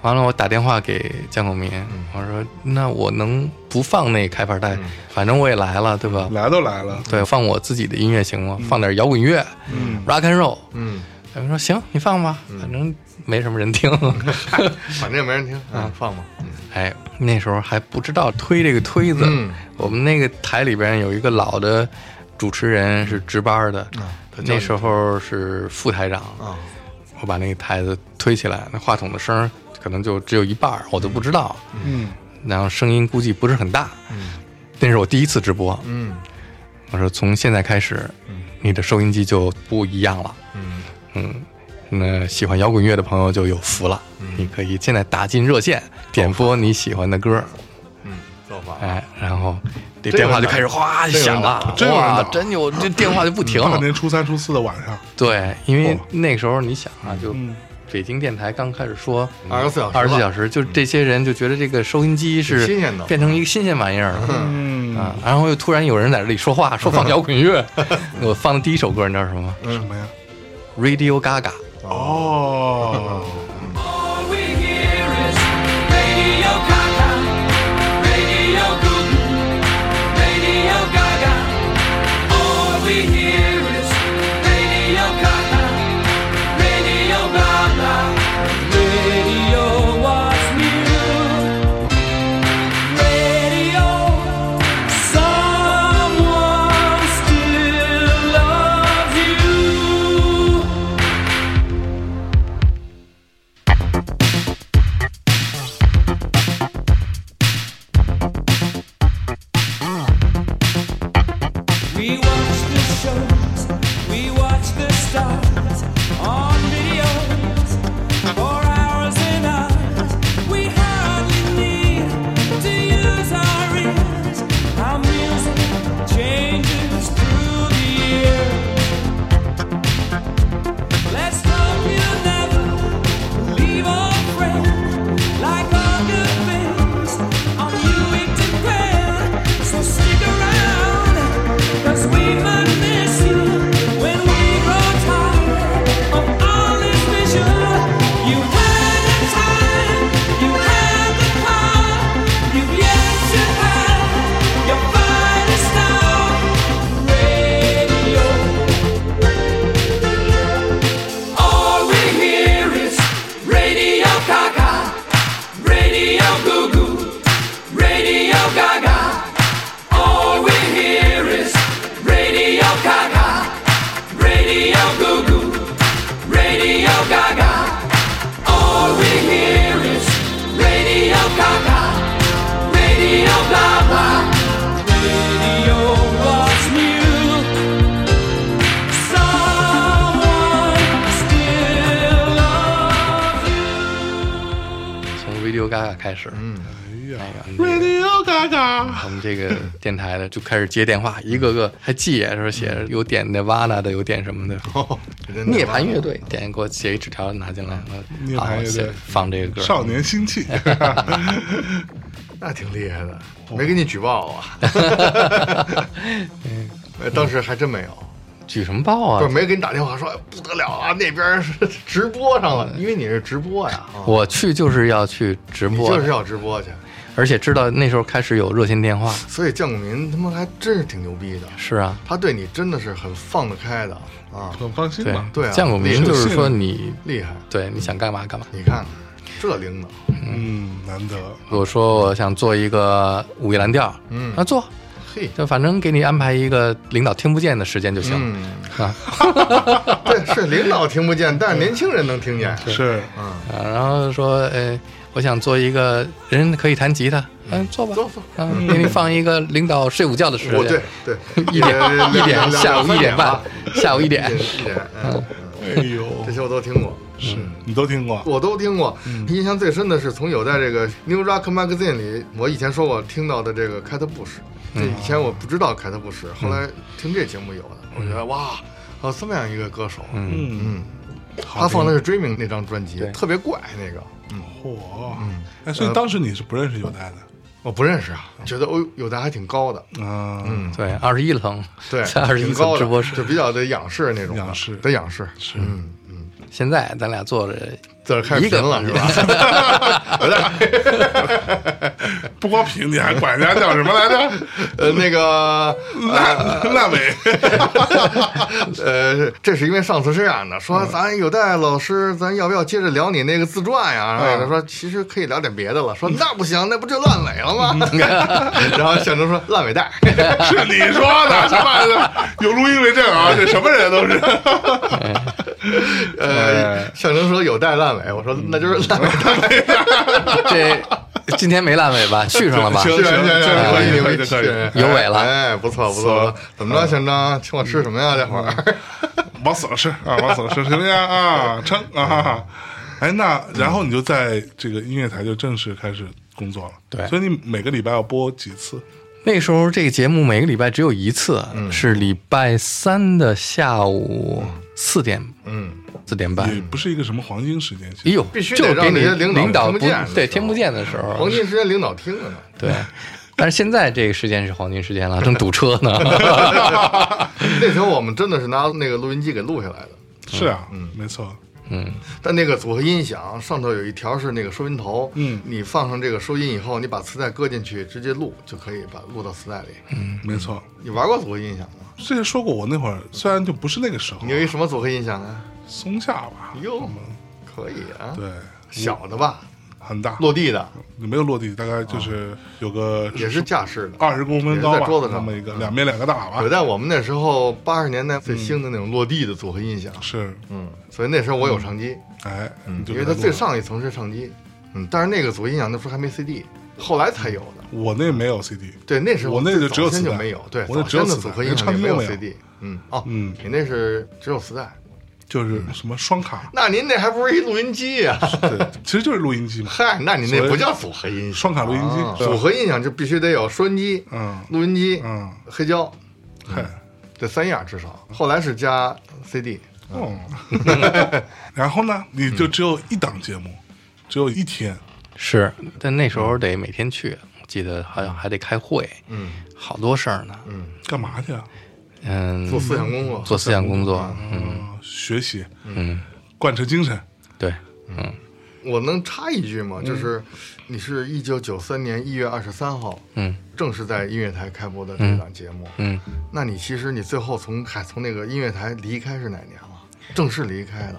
完了，我打电话给江广民，我说：“那我能不放那开盘带？反正我也来了，对吧？
来都来了，
对，放我自己的音乐行吗？放点摇滚乐、
嗯
rock and roll。”
嗯，
他们说行，你放吧，反正没什么人听。
反正也没人听，嗯，放吧，
[LAUGHS] 哎，那时候还不知道推这个推子，
嗯
我们那个台里边有一个老的主持人是值班的，
他叫
那
你
时候是副台长，
啊，
我把那个台子推起来，那话筒的声儿可能就只有一半儿，我都不知道，
嗯，
然后声音估计不是很大。那是我第一次直播，
嗯
我说从现在开始，你的收音机就不一样了。
嗯
那喜欢摇滚乐的朋友就有福了，你可以现在打进热线，点播你喜欢的歌，
嗯，走吧， [LAUGHS]
哎，然后这
这个
电话就开始哗就响了，
真有人打
哇，真有这电话就不
[LAUGHS]
停
大
了。
年初三、初四的晚上，
对，因为
哇
那时候你想啊，就
嗯
北京电台刚开始说
24小时
二十四小时，就这些人就觉得这个收音机是
新鲜的
变成一个新鲜玩意儿了。
嗯，
啊，然后又突然有人在这里说话，说放摇滚乐。我放的第一首歌你知道是什么吗
什么呀？
？Radio Gaga。
哦，
All we hear is
on video for hours and hours. We hardly need to use our ears. Our music changes through the year. Let's hope you'll never leave a friend. Like all good things, on you it depends. So stick around. Cause we might miss you when we grow tired of all this vision. You had the time, you had the power, you've yet to have your finest hour. Radio. All we hear is Radio Gaga, Radio Goo Goo, Radio Gaga. All we hear is Radio Gaga, Radio Goo Goo, Radio Gaga. All we hear is Radio Gaga, Radio Gaga. Radio was mute. Someone still loves you.
从 Radio Gaga 开始，嗯，
Radio Gaga，
我们这个电台的就开始接电话，一个个还记，说写着有点那瓦娜的，有点什么的，
嗯哦真的
涅槃乐队，点给我写一纸条拿进来，
涅槃乐队
然后写放这个歌，
少年心气，
那挺厉害的，没给你举报
[LAUGHS]
啊？哎 [LAUGHS] 当时还真没有，
举什么报
不是
嗯啊？
没给你打电话说哎不得了啊，那边是直播上了，因为你是直播呀，啊
嗯我去就是要去直
你
播的，
就是要直播去，
而且知道那时候开始有热线电话，
所以江永民他妈还真是挺牛逼的，
是啊，
他对你真的是很放得开的啊，
很放心
对
吧？
对啊
降谷明就是说你，
厉害！
对你想干嘛干嘛。
你看看这领导，
嗯，难得，
我说我想做一个午夜蓝调，嗯，那做，
嘿，
就反正给你安排一个领导听不见的时间就行了。
嗯，
啊，
对，是领导听不见，但是年轻人能听
[LAUGHS]
见，
是
啊，然后说，呃，我想做一个人可以弹吉他，嗯，做吧，
做做
啊，给你放一个领导睡午觉的时间，
我对对
一点哦一点，下午一点，半
吧，
下午一点
一，点一点，嗯
哎呦
这，些我都听过。
嗯
嗯
是 [LAUGHS] 你都听过？
我都听过，印象最深的是从有在这个《New Rock Magazine》里，我以前说过听到的这个凯特·布什，
嗯
这以前我不知道凯特·布什，后来听这节目有的，我觉
嗯
得哇，还有这么样一个歌手，啊
嗯，
他放的是《Dreaming》那张专辑
对，
特别怪那个，
嚯，哎，所以当时你是不认识犹太的
我不认识啊，
嗯
觉得哦有的还挺高的，
啊？
对，二十一层， [LAUGHS]
对，
在二十一
挺高
层
的
直播室
就。比较的仰视那种的，
仰视
得仰视，
是
嗯，
现在咱俩坐着，
这开始
一个
贫了是吧？ [LAUGHS]
不光品，你还管人家叫什么来 [LAUGHS] 着？
呃，那个
烂烂尾， [LAUGHS]
呃，这是因为上次是这样的，说咱有戴老师，咱要不要接着聊你那个自传呀？然后有人说其实可以聊点别的了，说那不行，那不就烂尾了吗？ [LAUGHS] 然后向征说烂尾带，
是你说的什么来着？ [LAUGHS] 有录音为证啊！这什么人都是。
呃，向征说有带烂尾，我说那就是烂尾带，
这今天没烂尾吧？续上了吧？
行
是是是
行
可以
可
可以
以可以
是
有尾了
哎，不错不错，怎么着，向征请我吃什么呀？这会儿
[LAUGHS] 往死了吃啊，往死了吃，行不行 [LAUGHS] 啊？撑啊！哎，那然后你就在这个音乐台就正式开始工作了。
对
所以你每个礼拜要播几次？
那时候这个节目每个礼拜只有一次，
嗯
是礼拜三的下午四点，嗯，四点半。
也不是一个什么黄金时间。
哎
其实
呦，
必须
就
得
给
让
你
那些领导
领导
听不见的时候
对听不见的时
[LAUGHS] 黄
候，
金时间领导听着呢，
对。但是现在这个时间是黄金时间了，正堵车呢。
[LAUGHS]
[LAUGHS]
那时候我们真的是拿那个录音机给录下来的。
是啊，嗯，没错，
但那个组合音响上头有一条是那个收音头，嗯，你放上这个收音以后，你把磁带搁进去，直接录就可以把录到磁带里。
嗯没错。
你玩过组合音响吗？
之前说过，我那会儿虽然就不是那个时候
你，有一什么组合音响啊？
松下吧，
哟，可以啊，
对，嗯
小的吧，
很大，
落地的，
没有落地，大概就是有个
也是架式的。
二十公分高
也是
吧
在桌子，
那
上嗯
么一个，两边两个大吧
有，在我们那时候八十年代最兴的那种落地的组合音响，
是，
嗯，所以那时候我有唱机，
哎，你就
嗯因
给
为
它
它
录
最
了，
上一层是唱机，嗯，但是那个组合音响那时候还没 CD，后来才有的。
我那没有 CD，
对，那时候
我那就只有
早先
磁带
就没有，对，
我那
早
只有
先的
磁带
组合
连
音响
唱
里
机
没
都
有
没有
CD，嗯，哦，
嗯
你那是只有磁带，
就是
嗯
什么双卡，
那您那还不是一录音机呀、 [LAUGHS]
对，其实就是录音机嘛，
嗨，那你那
所以
不叫组合音响，
双卡录音机
啊，
是吧
组合音响就必须得有收音机、
嗯
录音机、
嗯
黑胶嗯
嗨，
这三样至少。后来是加 CD，
哦，
[LAUGHS]
然后呢，你就只有一档节目，
嗯
只有一天，
是，但那时候得每天去，我记得好像还得开会，嗯，好多事儿呢，
干嘛去啊？
嗯，
嗯做思想工作，
做思想工作，嗯，
嗯，学习，嗯，贯彻精神，
对，
我能插一句吗？
嗯
就是你是一九九三年一月二十三号，
嗯，
正式在音乐台开播的这档节目，
嗯，
那你其实你最后从凯从那个音乐台离开是哪年了？正式离开的，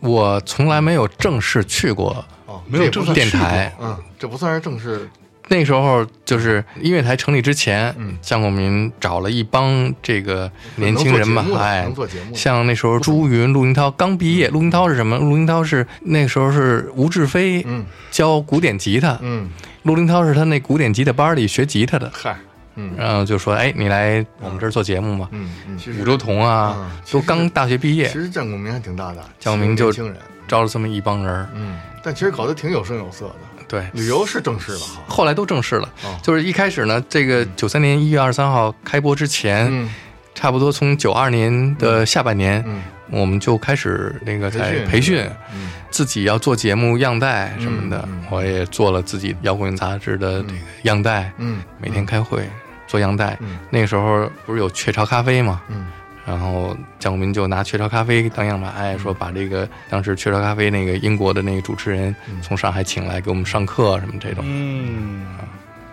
我从来没有正式去过
哦，
没有
这不
正式
电
去过
台，
嗯，这不算是正式，
那时候就是音乐台成立之前，向国民找了一帮这个年轻人嘛
嗯能做节目，的
哎
能做节目，的嗯
像那时候朱云、陆云涛刚毕业，陆云涛是什么？陆云涛是那时候是吴志飞
嗯
教古典吉他，
嗯，
陆云涛是他那古典吉他班里学吉他的，
嗨，嗯
然后就说：“哎，你来我们这儿做节目嘛。
嗯嗯，其”
武
实
周桐啊
嗯，
都刚大学毕
其
业，
实战国明还挺大胆，
蒋明
是个
就
年轻人，
招了这么一帮人儿，
嗯，但其实搞得挺有声有色的。
对，
旅游是正式的哈，
后来都正式了
哦。
就是一开始呢，这个九三年一月二十三号开播之前
嗯，
差不多从九二年的下半年，我们就开始那个嗯在
嗯培
培
训嗯
训，自己要做节目样带什么的。我也做了自己摇滚杂志的这个样带，
嗯
每天开会做样带。那个时候不是有雀巢咖啡嘛，
嗯
然后蒋国民就拿雀巢咖啡当样板，哎，说把这个当时雀巢咖啡那个英国的那个主持人
嗯
从上海请来给我们上课啊什么这种。
嗯，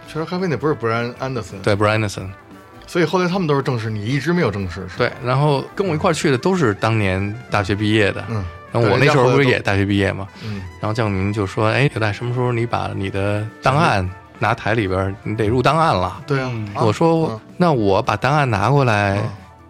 确实咖啡那不是 Brian Anderson，，
对 b r i a n s o n
所以后来他们都是正式，你一直没有正式，是吧，
对，然后跟我一块儿去的都是当年大学毕业的，
嗯，
然后我
对
那时候不是
人家后来
也大学毕业嘛，
都嗯
然后姜明就说：“哎，刘大，什么时候你把你的档案拿台里边儿，你得入档案了。
对啊，啊
我说：“
嗯
那我把档案拿过来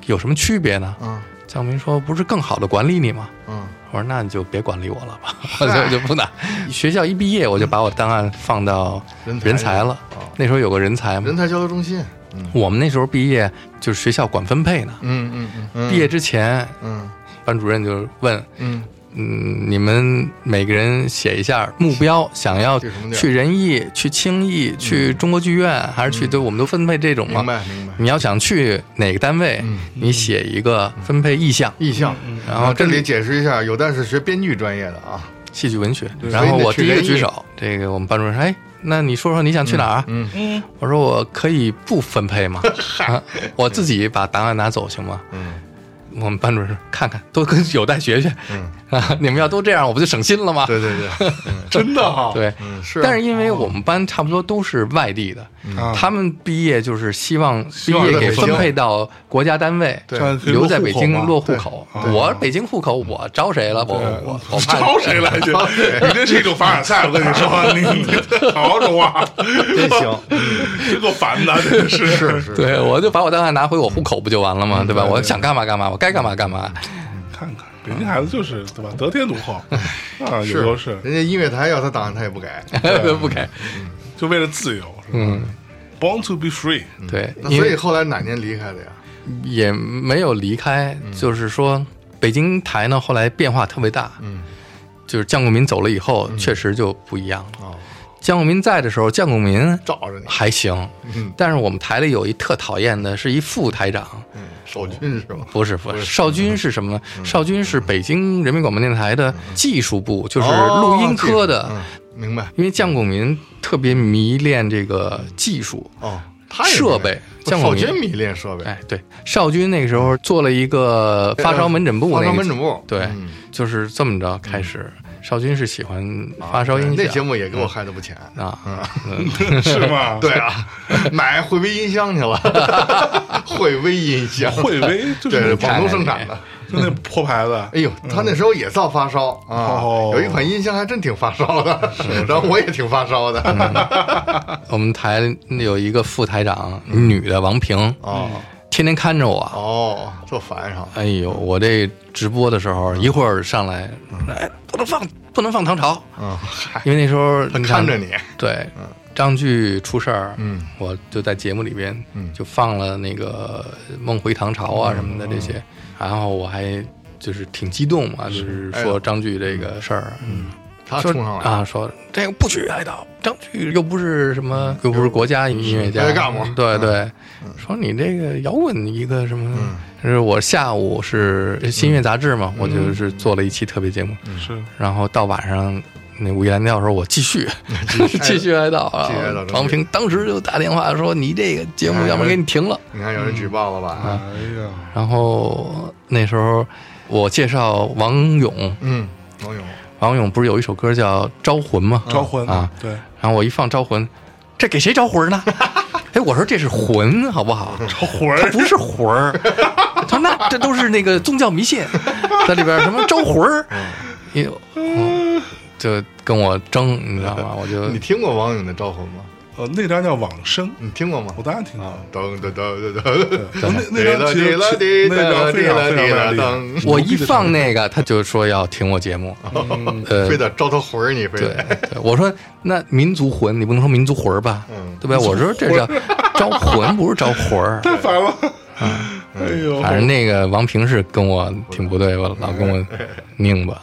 有什么区别呢
嗯？”
姜明说：“不是更好的管理你吗
嗯，？”
我说：“那你就别管理我了
[LAUGHS]
吧，我就就不拿。学校一毕业，我就把我档案放到
人才
人才了。
哦
那时候有个人才嘛
人，才交流中心，嗯
我们那时候毕业就是学校管分配呢。
嗯嗯嗯嗯，
毕业之前，
嗯
班主任就问
嗯，：“
嗯，你们每个人写一下目标，想要
去什么地儿嗯
去仁义、去清义、去中国剧院，还是去？对，我们都分配这种
明
嘛。
白嗯明白，
你要想去哪个单位，你写一个分配意向，
意向。
然后
这
跟
里解释一下，有蛋是学编剧专业的啊，
戏剧文学。然后
所以
我
得去
第一个
仁义
举手，这个我们班主任说：‘哎，那你说说你想去哪儿啊？’
嗯
我说：‘我可以不分配吗？啊我自己把档案拿走行吗？’
嗯，
我们班主任说：‘看看，都跟有待学学。’
嗯
[LAUGHS] 啊，你们要都这样，我不就省心了吗？
对对对，
真的哈，
对， [LAUGHS]
嗯是啊， [LAUGHS]
但是因为我们班差不多都是外地的，
啊
他们毕业就是希望毕
希望
业
在
给
北京
分配到国家单位，
对
这样可以
留在北京
嘛
落户口。我北京户口，我招谁了？我我我怕
招谁来着？你这是一种凡尔赛，我跟你说，你你好好说话，
真行，
这够烦的，真的嗯是。
是是，
对，我就把我档案拿回我户口不就完了吗？对吧？我想干嘛干嘛，我该干嘛干嘛。
看看北京孩子就是对吧，得天独厚啊，有
是
优势，
人家音乐台要他档案他也
[LAUGHS]
不改，
不给，
就为了自由，嗯，born to be [LAUGHS] free，
对，
那
因
所以
为
后来哪年离开的呀？
也没有离开，就是说北京台呢后来变化特别大，
嗯，
就是江国民走了以后，确实就不一样了。
哦，
江国民在的时候，江国民
罩
[LAUGHS]
着你，
还行，
嗯
但是我们台里有一特讨厌的，是一副台长，
嗯，守军是嗯吧？
不是副少军是什么呢？少军是北京人民广播电台的技术部，就是录音科的。
嗯哦嗯明白？
因为江广民特别迷恋这个技术，
哦，他也是
设备
不
像我
少
们
军迷恋设备，
哎，对，少军那个时候做了一个发烧门诊部、那
发
个，
烧门诊部，
对，
嗯
就是这么着开始。少军是喜欢发烧
啊对
音响，
那节目也给我害得不浅。
啊，
是吗？
对，
[LAUGHS]
啊，买惠威音箱去 [LAUGHS] 了，惠威音
[LAUGHS]
箱，
惠威就
对，
是
广东生产的。
就那破牌子，
哎呦，他那时候也造发烧
嗯
啊
哦，
有一款音箱还真挺发烧的，然后我也挺发烧
嗯
[LAUGHS] 的。
我们台有一个副台长，女的王平，
嗯哦
天天看着我，
哦，这烦上了。
哎呦，我这直播的时候，
嗯
一会儿上来，哎，不能放，不能放唐朝，
嗯，嗨，
因为那时候
他
你看
看着，你，
对，张炬出事儿，
嗯，
我就在节目里边，
嗯
就放了那个《梦回唐朝》啊什么的这些，然后我还就是挺激动嘛，就是
哎
说
呦
张炬这个事儿，嗯，
他
说
冲上来了
啊，说这个不许爱岛，张炬又不是什
嗯
么，又不是国家音乐家，嗯
白嗯干部嗯
对对，说你这个摇滚一个什么，就是我下午是
嗯
新月杂志嘛，我就是做了一期特别节目，
是
然后到晚上那五一蓝调的时候，我继续 [LAUGHS] 继续哀悼啊
继续哀悼！
常平当时就打电话说：“你这个节目
哎
要不然给你停了。
你看有人举报了吧？
哎
嗯
呀，”
然后那时候我介绍王勇，
嗯，王勇，
王勇不是有一首歌叫《招魂》吗？
招魂
啊！
对，
然后我一放《招魂》，这给谁招魂
[LAUGHS]
呢？哎，我说这是魂，好不好？
招魂
它
儿
不是魂儿。他说那这都是那个宗教迷
[LAUGHS]
信，在里边儿什么招魂儿，也有、嗯就跟我争，你知道
[LAUGHS]
吗？我就
你听过王勇的《招魂》吗？
呃，那张叫《往生》，
你听过吗
我？当然听过。
啊，噔噔噔噔噔，
那那
滴
张
了
其
滴
实
了滴 [LAUGHS]
那张
了滴
非常
了滴了
非常非常厉害。
噔，
我一放那个，他就说要停我节目。
哦
呃，
非得招他魂儿，你非
对
得。
对，我说那民族魂，你不能说民族魂儿吧？
嗯
对吧？我说这叫招魂，不是招魂
[LAUGHS]
儿。
太烦了。 [LAUGHS] 哎呦，
反正那个王平是跟我挺不对吧，老跟我拧巴。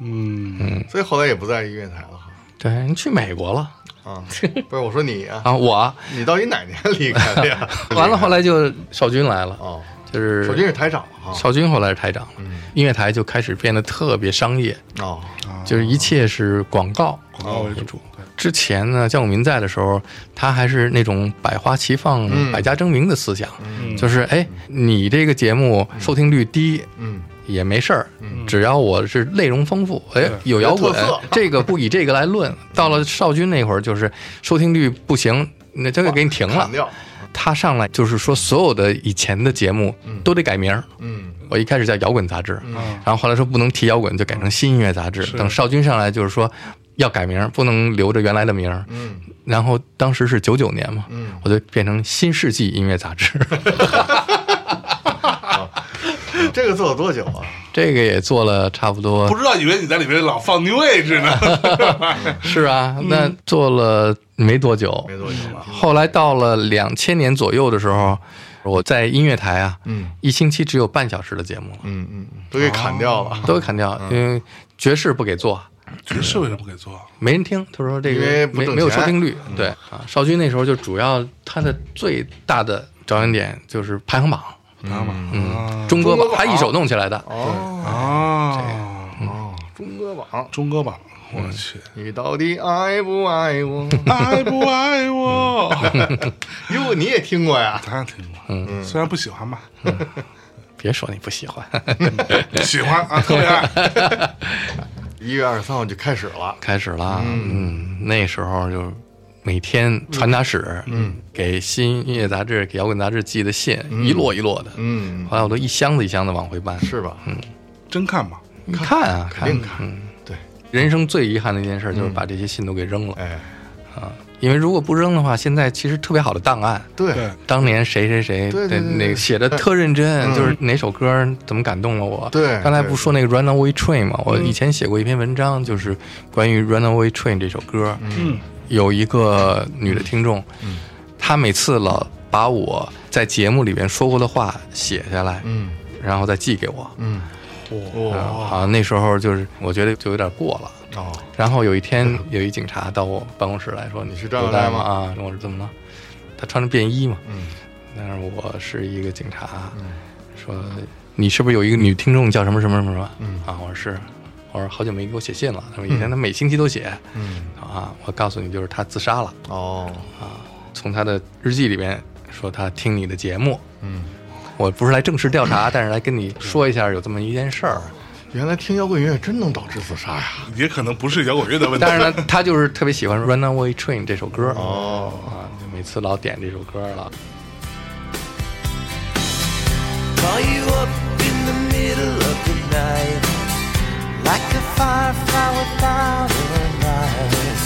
嗯，
所以后来也不在音乐台了哈。
对，人去美国了
啊，不是我说你啊，
嗯啊！我？
你到底哪年离开的呀
[LAUGHS] 完了，后来就少军来了，
哦，
就是
首先是嗯台长啊，
少军后来是台长了，音乐台就开始变得特别商业，
哦，
就是一切是广告。
广告为主，
之前呢，江永民在的时候，他还是那种百花齐放、
嗯
百家争鸣的思想，就是哎，你这个节目收听率低，
嗯，
也没事儿，只要我是内容丰富，哎，有摇滚
有特色，
这个不以这个来论。到了少军那会儿，就是收听率不行，那这个给你停了
砍。掉，
他上来就是说，所有的以前的节目都得改名儿。
嗯，
我一开始叫摇滚杂志，然后后来说不能提摇滚，就改成新音乐杂志。等少军上来就是说要改名，不能留着原来的名。嗯，然后当时是九九年嘛，嗯，我就变成新世纪音乐杂志，
嗯这个做了多久啊？
这个也做了差不多
不。知道以为你在里面老放 New Age 呢。
是啊，那做了没多久，
没多久吧？
后来到了两千年左右的时候，我在音乐台啊，
嗯，
一星期只有半小时的节目了，
嗯嗯，嗯都给砍掉了，
都给砍掉，因为爵士不给做。
[LAUGHS] 爵士为什么不给做？啊
没人听，他说这
因为
个
不
没
挣
没有
钱嗯
收听率，对啊，少军那时候就主要他的最大的着眼点就是排行榜，嗯
啊嘛
中歌榜
中歌
他
榜
一手弄起来的，
哦
啊，
哦，中歌榜，
嗯中歌榜，我去，
你到底爱不爱我？
爱不爱我？
哟，你也听过呀？
当然听过，嗯，虽然不喜欢吧，
别说你不喜欢，
喜欢啊，特别爱。
一月二十三号就 [LAUGHS] 开始了，啊
开始啦，嗯，那时候就每天传达室，嗯，给新音乐杂志、给摇滚杂志寄的信，一摞一摞的，
嗯，
后来我都一箱子一箱子往回搬，
是吧？
真看吗？
你看啊，看
定看嗯
嗯
对，
人生最遗憾的一件事就是把这些信都给扔了，
哎，
因为如果不扔的话，现在其实特别好的档案。
对
对，
当年谁谁谁
对对对对嗯
那个写的特认
[LAUGHS]
真，就是哪首歌怎么感动了我。
对嗯
刚才不说那个《Runaway Train》吗？我以前写过一篇文章，就是关于《Runaway Train》这首歌。嗯，有一个女的听众，
嗯
她每次老把我在节目里边说过的话写下来，
嗯，
然后再寄给我。
嗯，
啊
哇
好像那时候就是我觉得就有点过了。
哦，
然后有一天， [LAUGHS] 有一警察到我办公室来说：“你
是张小
有带
戴
吗？”
吗
啊，我说怎么了？他穿着便衣嘛。
嗯。
但是我是一个警察，说你是不是有一个女听众叫什么什么什么什么？
嗯
啊，我说是。我说好久没给我写信了。他说以前他每星期都写。
嗯，
啊，我告诉你，就是他自杀了。
哦，
从他的日记里边说他听你的节目。
嗯，
我不是来正式调
[COUGHS]
查，但是来跟你说一下有这么一件事儿。
原来听摇滚乐真能导致自杀呀？
也可能不是摇滚乐的问
[LAUGHS]
题
但。是呢，他就是特别喜欢《Runaway Train》这首歌。
哦，
啊，就每次老点这首歌了。
Call you up in the middle of the night, like a firefly without a light.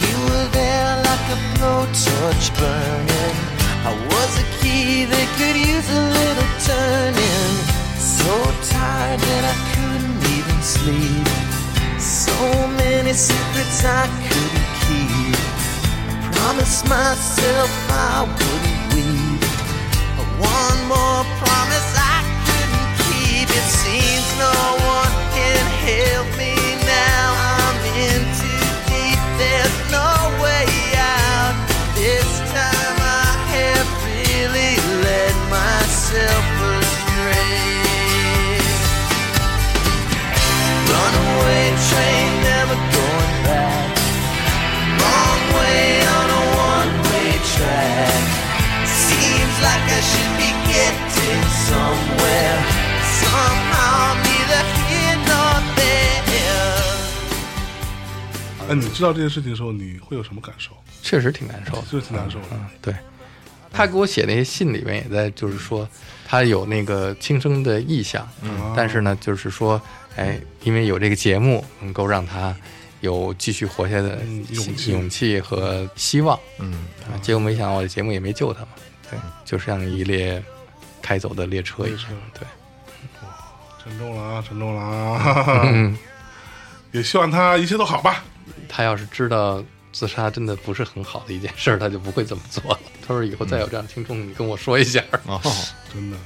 You were there like a blowtorch burning. I was a key that could use a little turning. So tired that I couldn't even sleep. So many secrets I couldn't keep. I promised myself I wouldn't weep. One more promise I couldn't keep. It seems sitting somewhere, somehow neither here nor there.
哎，你知道这件事情的时候，你会有什么感受？
确实挺难受的，
就是挺难受的
嗯，对，他给我写那些信里面也在，就是说他有那个轻生的意向，
嗯
但是呢，就是说，哎，因为有这个节目，能够让他有继续活下的
嗯
希
勇气
勇气和希望。
嗯，
啊结果没想到我的节目也没救他嘛，对，就像一列开走的列车一样
嗯列车，
对，
沉重了啊，沉重了啊！ [LAUGHS]
嗯，
也希望他一切都好吧。
他要是知道。自杀真的不是很好的一件事儿，他就不会这么做了。 [LAUGHS] 他说：“以后再有这样的听众，你跟我说一下。”
哦，
真的，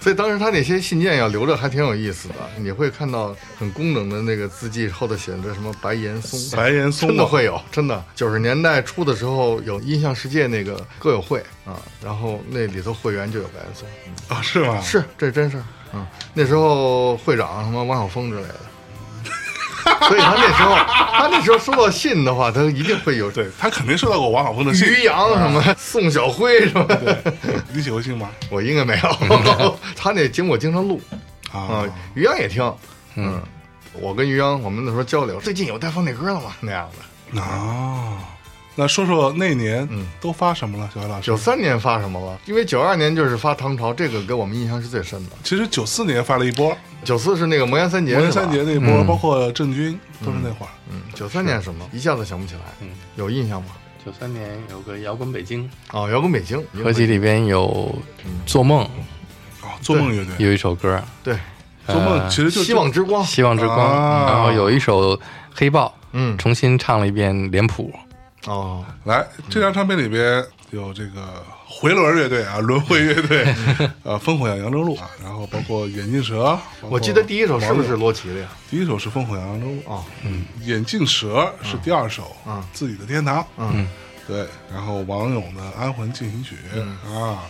所以当时他那些信件要留着，还挺有意思的。你会看到很工整的那个字迹，后头写着什么白岩松，
白岩松啊
真的会有，真的。九十年代初的时候有音像世界那个歌友会啊，然后那里头会员就有白岩松，
啊，是吗？
是这真事儿。嗯，那时候会长什么王晓峰之类的，所以他那时候他那时候收到信的话，他一定会有
对他肯定收到过王晓峰的信。
于洋什么、宋晓辉什么的，
你写过信吗？
我应该没有。他那节目我经常录。
啊
啊，，于洋也听，嗯，我跟于洋我们那时候交流，最近有在放那歌了吗？那样的，
啊，那说说那年都发什么了，小黑老师
九？三年发什么了？因为九二年就是发唐朝，这个给我们印象是最深的。
其实九四年发了一波，
九四是那个魔岩三杰，
魔岩三杰
是吧，
那一波，包括郑钧都是那会儿。
嗯，九三年什么？一下子想不起来，
嗯
有印象吗？
九三年有个摇滚北京
哦，摇滚北京，
合集里边有《做梦
哦，做梦乐》队，
有一首歌
对，
做梦
呃
其实就
希望之光
《希望之光》，
啊
然后有一首《黑豹》，
嗯
重新唱了一遍《脸谱
哦，
来这张唱片里边有这个回轮乐队啊，轮回乐
[LAUGHS]
队， [LAUGHS] 呃，烽火扬扬州路啊，然后包括眼镜蛇，包括
嗯我记得第一首是不是罗琦的呀？
第一首是烽火扬扬州路
哦，
啊眼镜蛇是第二首，
嗯
自己的天堂，
嗯，
对，然后王勇的《安魂进行曲》
嗯
啊，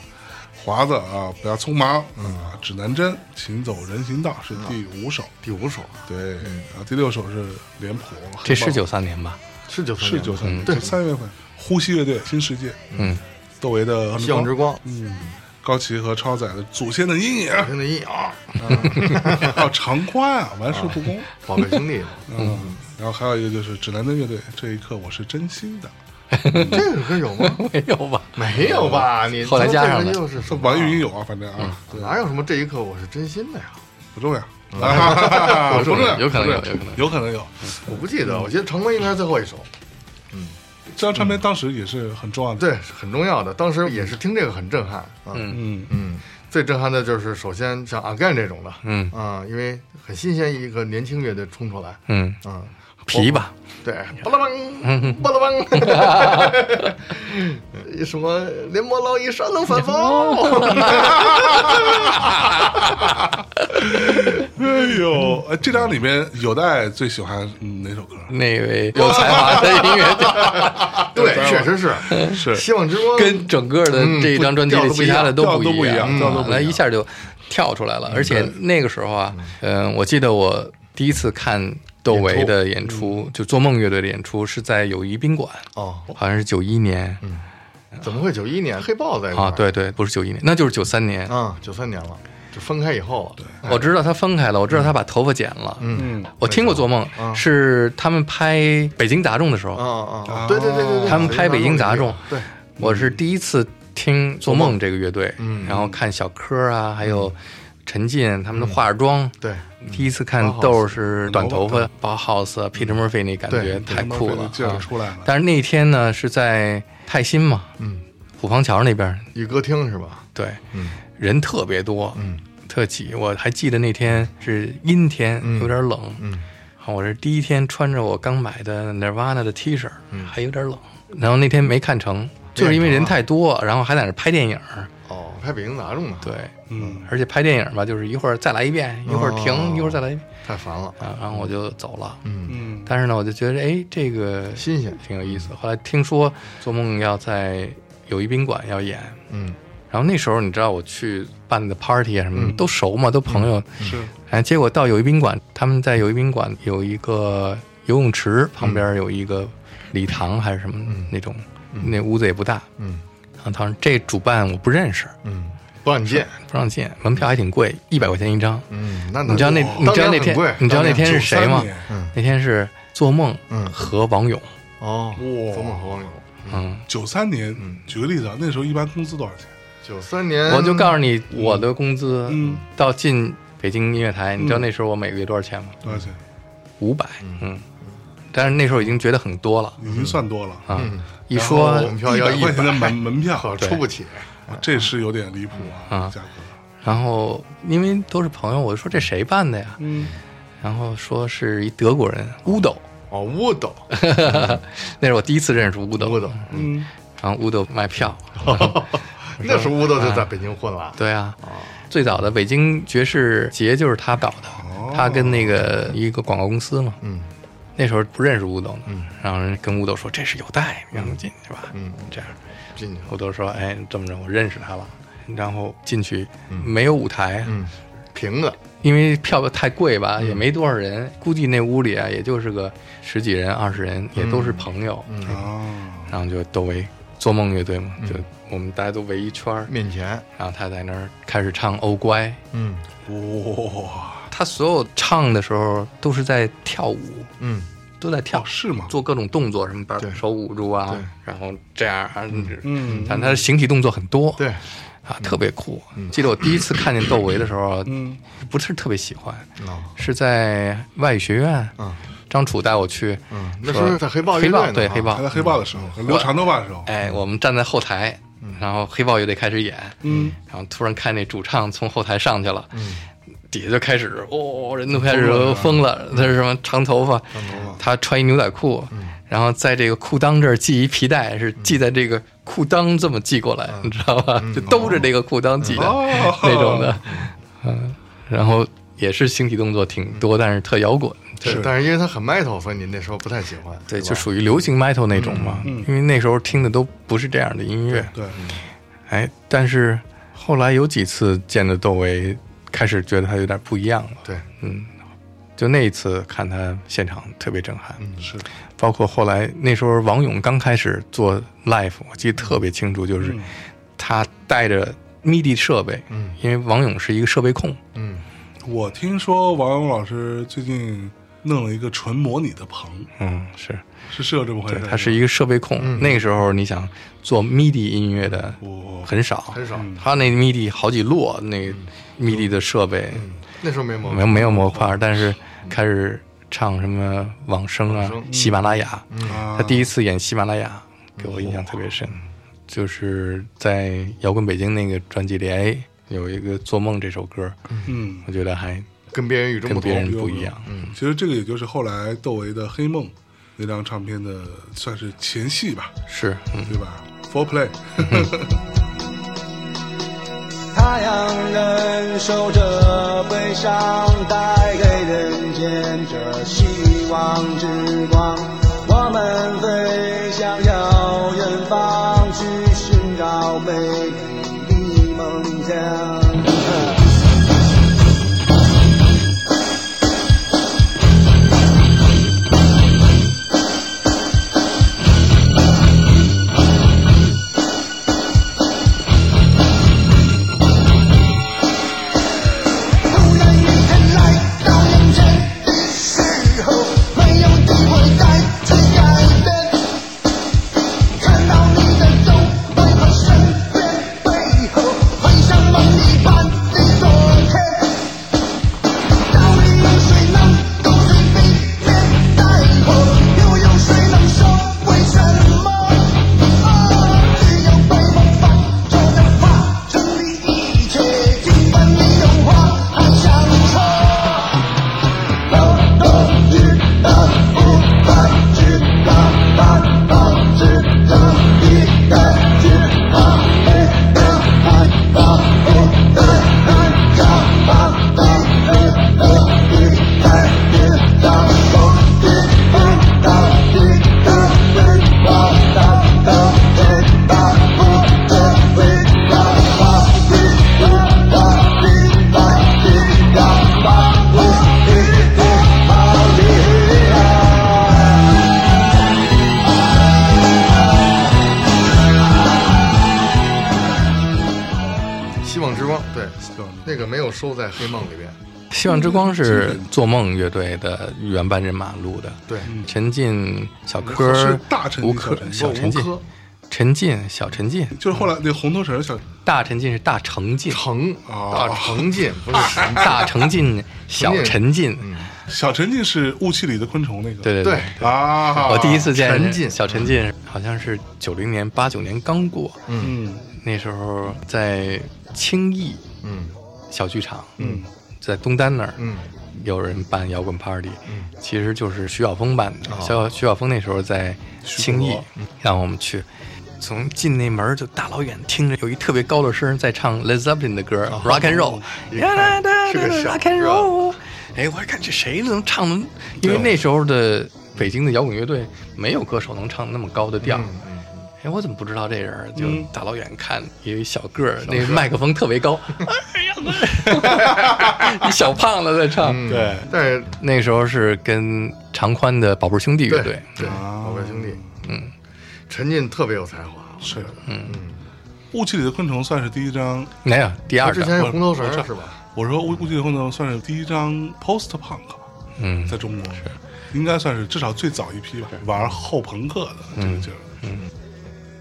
华子啊，不要匆忙啊，指南针，行走人行道
嗯
是第五首，
第五首
对，然后第六首是脸谱，》，
这是
黑豹
九三年吧？
是九三
是九三年，
对
九，三月份，呼吸乐队《新世界》，
嗯，
窦唯的《
希望之》，光，
嗯高旗和超载的《祖先的阴影》， [LAUGHS]
听的音啊，
嗯还有长宽啊，玩世不恭，
宝贝兄弟，
嗯，然后还有一个就是指南针乐队，这一刻我是真心的。嗯
这首歌有吗？
[LAUGHS] 没有吧？
没有吧？你
后来加上的
这个又是什么
网易云有啊，反正啊，对，
哪有什么这一刻我是真心的呀？
不重要，啊 [LAUGHS] 不重要，
有可能有有
不重要
可能
有可能有。
我不记得，我记得长关应该是最后一首，
这张唱片当时也是很重要的，
对，是很重要的。当时也是听这个很震撼，嗯
嗯，
嗯，最震撼的就是首先像阿甘这种的，
嗯
啊，因为很新鲜一个年轻乐队冲出来，
嗯，
嗯，
皮吧，
对，巴拉邦，
嗯
巴
[LAUGHS]
拉邦，什么连魔老一山能反方，
哎呦，呃这张里面有代最喜欢嗯哪首歌？
那位有才华的音乐家，
对，确实是，
是
希望之光
跟整个的呃这一张专辑
嗯
里
不
其他的
调都
不
不一样
嗯
调都不一样
那一下就跳出来了。而且那个时候啊，嗯，我记得我第一次看窦唯的演出，就做梦乐队的演出，是在友谊宾馆，
哦，
好像是九一年
怎么会九一年黑豹在一块
啊，
儿
对对，不是九一年，那就是九三年。
啊，九三年了，就分开以后了，对，
我知道他分开了，我知道他把头发剪了。
嗯，
我听过《做梦》是他们拍《北京杂种》的时候，
啊啊，对对对对对，
他们拍《北京杂种》
对，
我是第一次听《做梦》这个乐队，
嗯
然后看小柯啊，还有陈进他们的化妆。
对，
第一次看豆儿是短头发，包 house 啊 Peter Murphy 那感觉
嗯对
太酷了
劲儿
啊！
出来了。
但是那天呢是在泰新嘛，
嗯，
虎坊桥那边，
一歌厅是吧？
对，
嗯
人特别多，
嗯，
特挤。我还记得那天是阴天，
嗯
有点冷，
嗯
我是第一天穿着我刚买的 Nirvana 的 T 恤，
嗯
还有点冷。然后那天没看成，就是
啊
因为人太多，然后还在那拍电影。
哦，拍北京杂种呢，
对，
嗯，
而且拍电影吧，就是一会儿再来一遍，一会儿停，
哦
一会儿再来一遍
太烦了，
啊。然后我就走了。
嗯，
嗯，
但是呢，我就觉得哎，这个
新鲜，
挺有意思。后来听说做梦要在友谊宾馆要演，
嗯
然后那时候你知道我去办的 party 啊什么的、都熟嘛，都朋友。
是
哎，结果到友谊宾馆，他们在友谊宾馆有一个游泳池，旁边有一个礼堂还是什么、那种，那屋子也不大。
嗯
然后他说这主办我不认识，
嗯，不让你见。
不让进，门票还挺贵，一百块钱一张。
嗯，那
你知道那你知道那天你知道那天是谁吗
93年？
那天是做梦
嗯
和王勇，
哦，
哇
怎么和王勇？
嗯，
九三年，举个例子啊，那时候一般工资多少钱？
九三年，
我就告诉你我的工资
嗯
到进北京音乐台，你知道那时候我每个月多少钱吗？
多少钱？
五百，嗯，但是那时候已经觉得很多了
已经算多了。
啊
嗯，
一说
然后我们票要
100块钱的门门票
可
对
出不起。
啊这是有点离谱啊，
啊
价格。
然后因为都是朋友，我就说这谁办的呀？
嗯，
然后说是一德国人乌斗，
哦，
[LAUGHS]
乌斗，
那是我第一次认识乌斗。
嗯乌哦斗，
嗯，
然后乌斗卖票，
那时候乌斗就在北京混了。
[LAUGHS] 嗯对啊，最早的北京爵士节就是他搞的，他跟那个一个广告公司嘛，
哦嗯，
那时候不认识乌斗呢，然后人跟乌斗说这是有带，让他进去吧，
嗯
这样，
进去了。
乌斗说哎这么着我认识他了，然后进去没有舞台，
嗯，平的，
因为票太贵吧，也没多少人，估计那屋里啊也就是个十几人、二十人，也都是朋友，哎
啊，
然后就都围做梦乐队嘛，就我们大家都围一圈儿，
面前，
然后他在那儿开始唱《欧乖》，
嗯
哇，
他所有唱的时候都是在跳舞，
嗯，
都在跳，
哦是吗？
做各种动作，什么把
对
手捂住啊
对，
然后这样啊，
嗯
但他的形体动作很多，
对，嗯
啊，特别酷。记得我第一次看见窦唯的时候，
嗯，
不是特别喜欢，
哦，
是在外语学院，
嗯，
张楚带我去，
嗯，那时
说
候在黑豹乐
黑
队
豹
呢
对
啊
黑
还
豹
在，黑豹的时候，留长头发的时候，
嗯哎，我们站在后台，然后黑豹乐队开始演，
嗯，
然后突然看那主唱从后台上去了，底下就开始哦，人都开始疯了，他是什么长头发，嗯他穿一牛仔裤，然后在这个裤裆这儿系一皮带，是系在这个裤裆这么系过来，你知道吧？就兜着这个裤裆系的
哦
那种的，嗯，然后也是形体动作挺多，但是特摇滚，
对
是
但是因为他很 metal，所以你那时候不太喜欢。
对，
是
就
吧
属于流行 metal 那种嘛，因为那时候听的都不是这样的音乐。
对，
哎，但是后来有几次见的窦唯，开始觉得他有点不一样了。
对，
嗯，就那一次看他现场特别震撼，
是
包括后来那时候王勇刚开始做 live，我记得特别清楚，就是他带着 MIDI 设备，嗯，因为王勇是一个设备控，
嗯，
我听说王勇老师最近弄了一个纯模拟的棚，
嗯，是
是是有这么回
对
事？，
他是一个设备控。那个时候你想做 MIDI 音乐的
我
很少，
很少。
他那 MIDI 好几摞那个 MIDI 的设备。
那时候没有，
没有没有模块，但是开始唱什么往声啊、
嗯
喜马拉雅。
啊
他第一次演喜马拉雅，给我
嗯
印象特别深，就是在《摇滚北京》那个专辑里，哎，有一个《做梦》这首歌，
嗯，
我觉得还
跟别人与众
跟
不
别人
同。
不一样。
嗯，其实这个也就是后来窦唯的《黑梦》那张唱片的算是前戏吧，
是，嗯，
对吧？Four Play，
太阳忍受着悲伤，带给人间这希望之光。我们飞向遥远方，去寻找美丽的梦想。
突然一天来到人间的时候，没有机会再去改变。看到你的走在我身边，
没有收在黑梦里边。
希望之光
嗯
是做梦乐队的原班人马录的，
对，
陈进、小
可嗯是
柯、
大陈进
吴可、
小
小陈
陈进
进
哦吴柯、
陈进、小陈进、
就是后来那红头绳小
大陈进是大成进，
程
哦
大程进啊不是程
大成进、小陈进，
小陈进是雾气里的昆虫那个，
对对
嗯对
对。
啊，
我第一次见
陈进
小陈进，好像是九零年、八九年刚过，
嗯
那时候在青艺
嗯
小剧场，
嗯，
在东单那儿，
嗯
有人办摇滚 party，其实就是徐晓峰办的。徐晓徐晓峰那时候在青
徐
艺
博，
让我们去，从进那门儿就大老远听着有一特别高的声儿在唱 Led Zeppelin 的歌、Rock and Roll，
是个小
Rock and Roll。哎，我一看这谁能唱得？因为那时候的北京的摇滚乐队没有歌手能唱那么高的
嗯
调。哎，我怎么不知道这人儿？就大老远看，有一小个儿，那麦克风特别高， [LAUGHS] 哎呀，那一小胖子在唱。
嗯
对，
但是
那时候是跟长宽的宝贝兄弟乐队
对，对，
啊
宝贝兄弟，嗯，陈进特别有才华，
是，嗯，雾气里的昆虫算是第一张，
没有哎第
他
二
之
张，
前是红头
我知
绳
道
是吧？
我说雾雾气里的昆虫算是第一张 post punk 吧，
嗯，
在中国是，应该算是至少最早一批吧，玩后朋克的这个劲儿，嗯，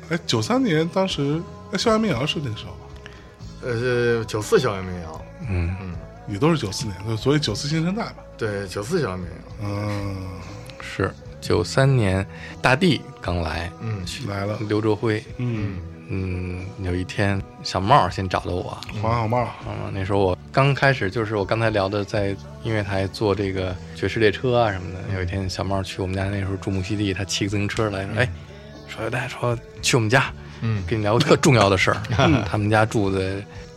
哎，九三年当时，哎，校园民谣是那个时候吧，
呃，九四校园民谣，
嗯
也都是九四年，所以所以九四新生代吧，
对，九四校园民谣，
嗯，
是九三年，大地刚来，
嗯，
来了，
刘卓辉，
嗯，
嗯，有一天小帽先找到我，
黄小帽，
嗯，那时候我刚开始就是我刚才聊的，在音乐台做这个爵士列车啊什么的。有一天小帽去我们家，那时候住木樨地，他骑个自行车来说，哎，说大家说去我们家，
嗯
跟你聊个特重要的事儿。他们家住在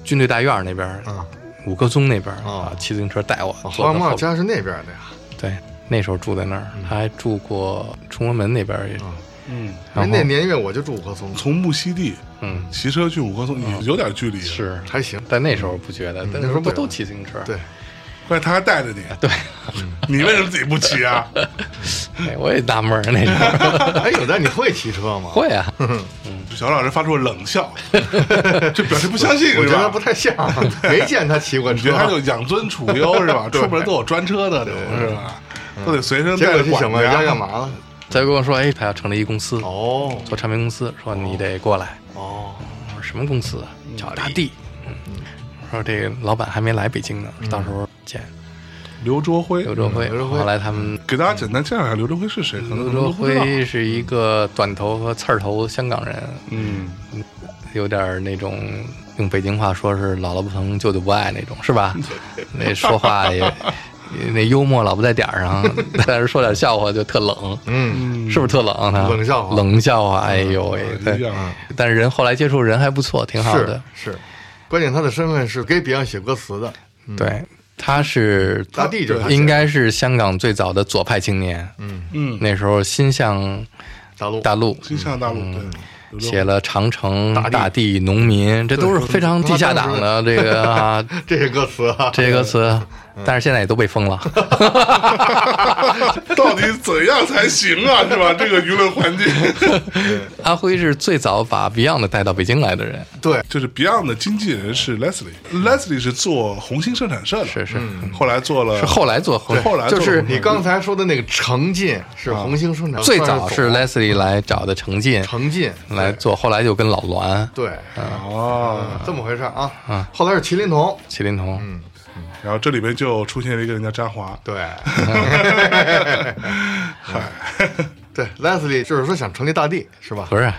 军队大院那边，
啊，
五棵松那边
哦
啊，骑自行车带我
黄
坐
小
到
茂
后边。
家是那边的呀，
对，那时候住在那儿，他还住过崇文门那边也。
嗯，
然后
那年月我就住五棵松，
从木樨地
嗯
骑车去五棵松，有有点距离，，
是，
还行，
但那时候不觉得，但那时候不
那时候
都
不
骑自行车？
对， [LAUGHS]
怪他还带着你，
对， [LAUGHS]
你为什么自己不骑啊？
哎我也纳闷儿那时候 [LAUGHS]
哎，有蛋你会骑车吗？
会啊。
小老师发出了冷笑， [LAUGHS] 这表示不相信
我
是
觉得
吧？
不太像，没见他骑过
你觉
车
得。他就养尊处优是吧？出门都有专车的，这种是吧？都得随身
结
带
果
着
去小茂
管
家
家
干？嘛了？
再跟我说，哎，他要成立一公司，
哦
做唱片公司，说你得过来。
哦，
我说什么公司啊？叫大地。嗯，说这个老板还没来北京呢，到时候见。
刘卓辉，
刘卓辉，
刘卓辉
后来他们
给大家简单介绍一下刘卓辉是谁，可能
刘
很
卓
多人都不知道。
辉是一个短头和刺儿头香港人，
嗯，
有点儿那种用北京话说是姥姥不疼舅舅不爱那种，是吧？那说话也。那幽默老不在点儿上， [LAUGHS] 但是说点笑话就特冷，
嗯，
是不是特冷他？
冷笑话
冷笑话，哎呦喂！
嗯一
对
样啊，
但是人后来接触人还不错，挺好的
是。是，关键他的身份是给别人写歌词的，
对，他是
大地就是他写的
应该是香港最早的左派青年。嗯
嗯
那时候心向
大陆
大陆
新上大陆对，刘卓
写了《长城》
大
《
地
大地》《农民》，这都是非常地下党的这个啊
[LAUGHS] 这些歌词啊，
这些歌词，但是现在也都被封了。
到底怎样才行啊？是吧？这个舆论环境，
阿辉是最早把 Beyond 带到北京来的人，
对，
就是 Beyond 的经纪人是 Leslie，Leslie 是做红星生产社的，嗯
是是
后来做了，
是后来做红
对，后来
就
做了
是
红星
你刚才说的那个程进是红星生产，
啊最早
算
是 Leslie 来找的程进
程进
来啊做，后来就跟老栾、
对，
哦，
这么回事啊啊，后来是麒麟童，
麒麟童，
然后这里边就出现了一个人叫张华，
[LAUGHS]
对， [LAUGHS] 对，Leslie 就是说想成立大地是吧？
不是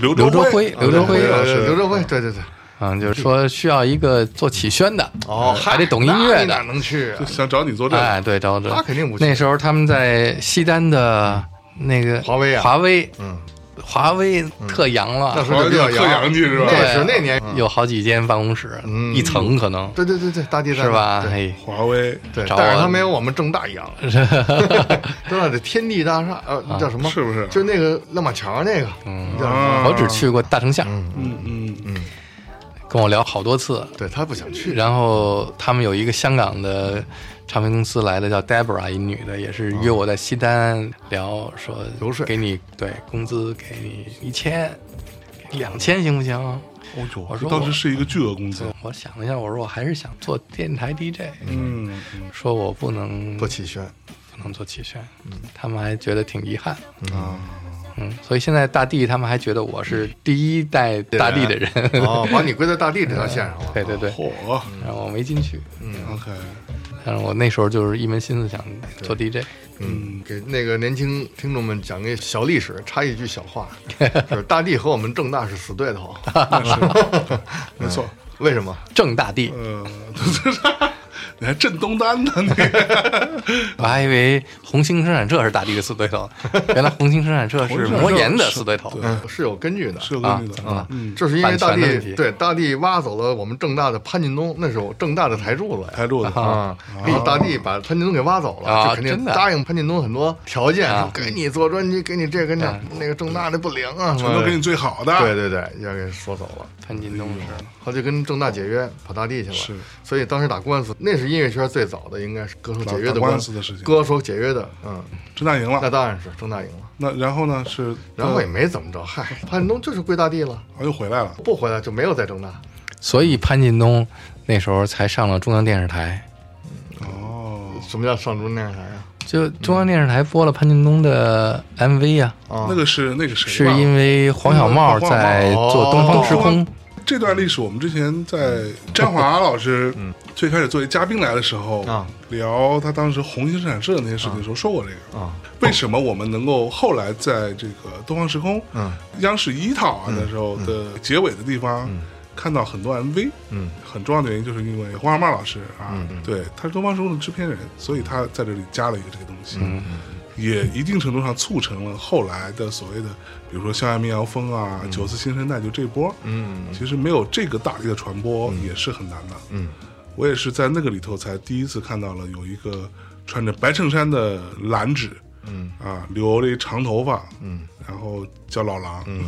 刘
刘卓
卓
辉，
辉啊
刘卓
刘
辉啊
卓辉
呃
老师
刘哲辉，对对对，
嗯，就是说需要一个做起宣的，
哦，
还得懂音乐
那你哪
的，
能去啊
就？想找你做这个。
哎，对，招着
他肯定不去
那时候他们在西单的那个
华为啊
华为，
嗯，
华为特洋
那
了
时，候就比较
特洋气是吧
那是
对啊嗯
那年，
有好几间办公室，
嗯
一层可能
对对对对，大地在
是吧？
对
哎，
华为
对，
找
但是
我
他没有我们正
[LAUGHS]
大洋，正大的天地大厦，呃，叫什么？
啊是不是
就那个亮马桥那个，
嗯
叫什么？
啊
我只去过大成像，
嗯嗯
跟我聊好多次，
对他不想去，
然后他们有一个香港的唱片公司来的叫 Debra，一女的，也是约我在西单聊，说
游说
给你对工资给你一千，给你两千行不行？
哦呦，
我说
当时
我
是一个巨额工资，
我想了一下，我说我还是想做电台 DJ，
嗯，
说我不能
做气宣，
不能做起宣，
嗯
他们还觉得挺遗憾。
啊，
嗯，所以现在大地他们还觉得我是第一代大地的人。
哦， [LAUGHS] 把你归在大地这条线上了。
[LAUGHS] 对对对，
嚯嗯
然后我没进去，
，OK，
但是我那时候就是一门心思想做 DJ。
嗯，给那个年轻听众们讲个小历史，插一句
[LAUGHS]
小话，就是大地和我们正大是死对头，
没错，
为什么？
正大地，
嗯， [LAUGHS] 你还震东单呢，你
我还以为红星生产社是大地的死对
[LAUGHS]
头，原来红星生产社是魔岩的死对头。
对，
是有根据的。
是有根据的
啊
啊，，嗯，
这是因为大
嗯版权的问
地
题
对大地挖走了我们正大的潘劲东，那是我正大的台柱子呀。
台柱子
啊，给你大地把潘劲东给挖走了，
啊
就肯定
真的
答应潘劲东很多条件，
啊
说给你做专辑，给你这个那那个正大的不灵啊，什
嗯全
么
都
的啊
给你最好的，
对对对，要给说走了，
潘金东
嗯
是
他就跟正大解约，跑大地去了。
是，
所以当时打官司，那是音乐圈最早的，应该是歌手解约的
打官
司
司的事情啊
歌手解约的，嗯，
正大赢
那
了，
当然是正大赢了，
那然后呢是，
然后也没怎么着，嗨，潘劲东就是归大地了，
我又回来了，
不回来就没有在正大。
所以潘劲东那时候才上了中央电视台。
哦，
什么叫上中电视台啊？
就中央电视台播了潘劲东的 MV 啊，
啊，
那个是那个谁吧，
是因为黄小茂哦在做《东方时空》
这段历史，我们之前在詹华老师最开始作为嘉宾来的时候
啊，
聊他当时红星生产社的那些事情的时候说过这个
啊。
为什么我们能够后来在这个东方时空，
嗯，
央视一套啊的时候的结尾的地方。看到很多 MV，
嗯，
很重要的原因就是因为黄小茂老师啊，对，他是东方时空的制片人，所以他在这里加了一个这个东西，嗯，也一定程度上促成了后来的所谓的，比如说校园民谣风啊、九四新生代就这波，
嗯，
其实没有这个大力的传播也是很难的，
嗯，
我也是在那个里头才第一次看到了有一个穿着白衬衫的蓝纸，
嗯
啊，留了一长头发，
嗯，
然后叫老狼，嗯，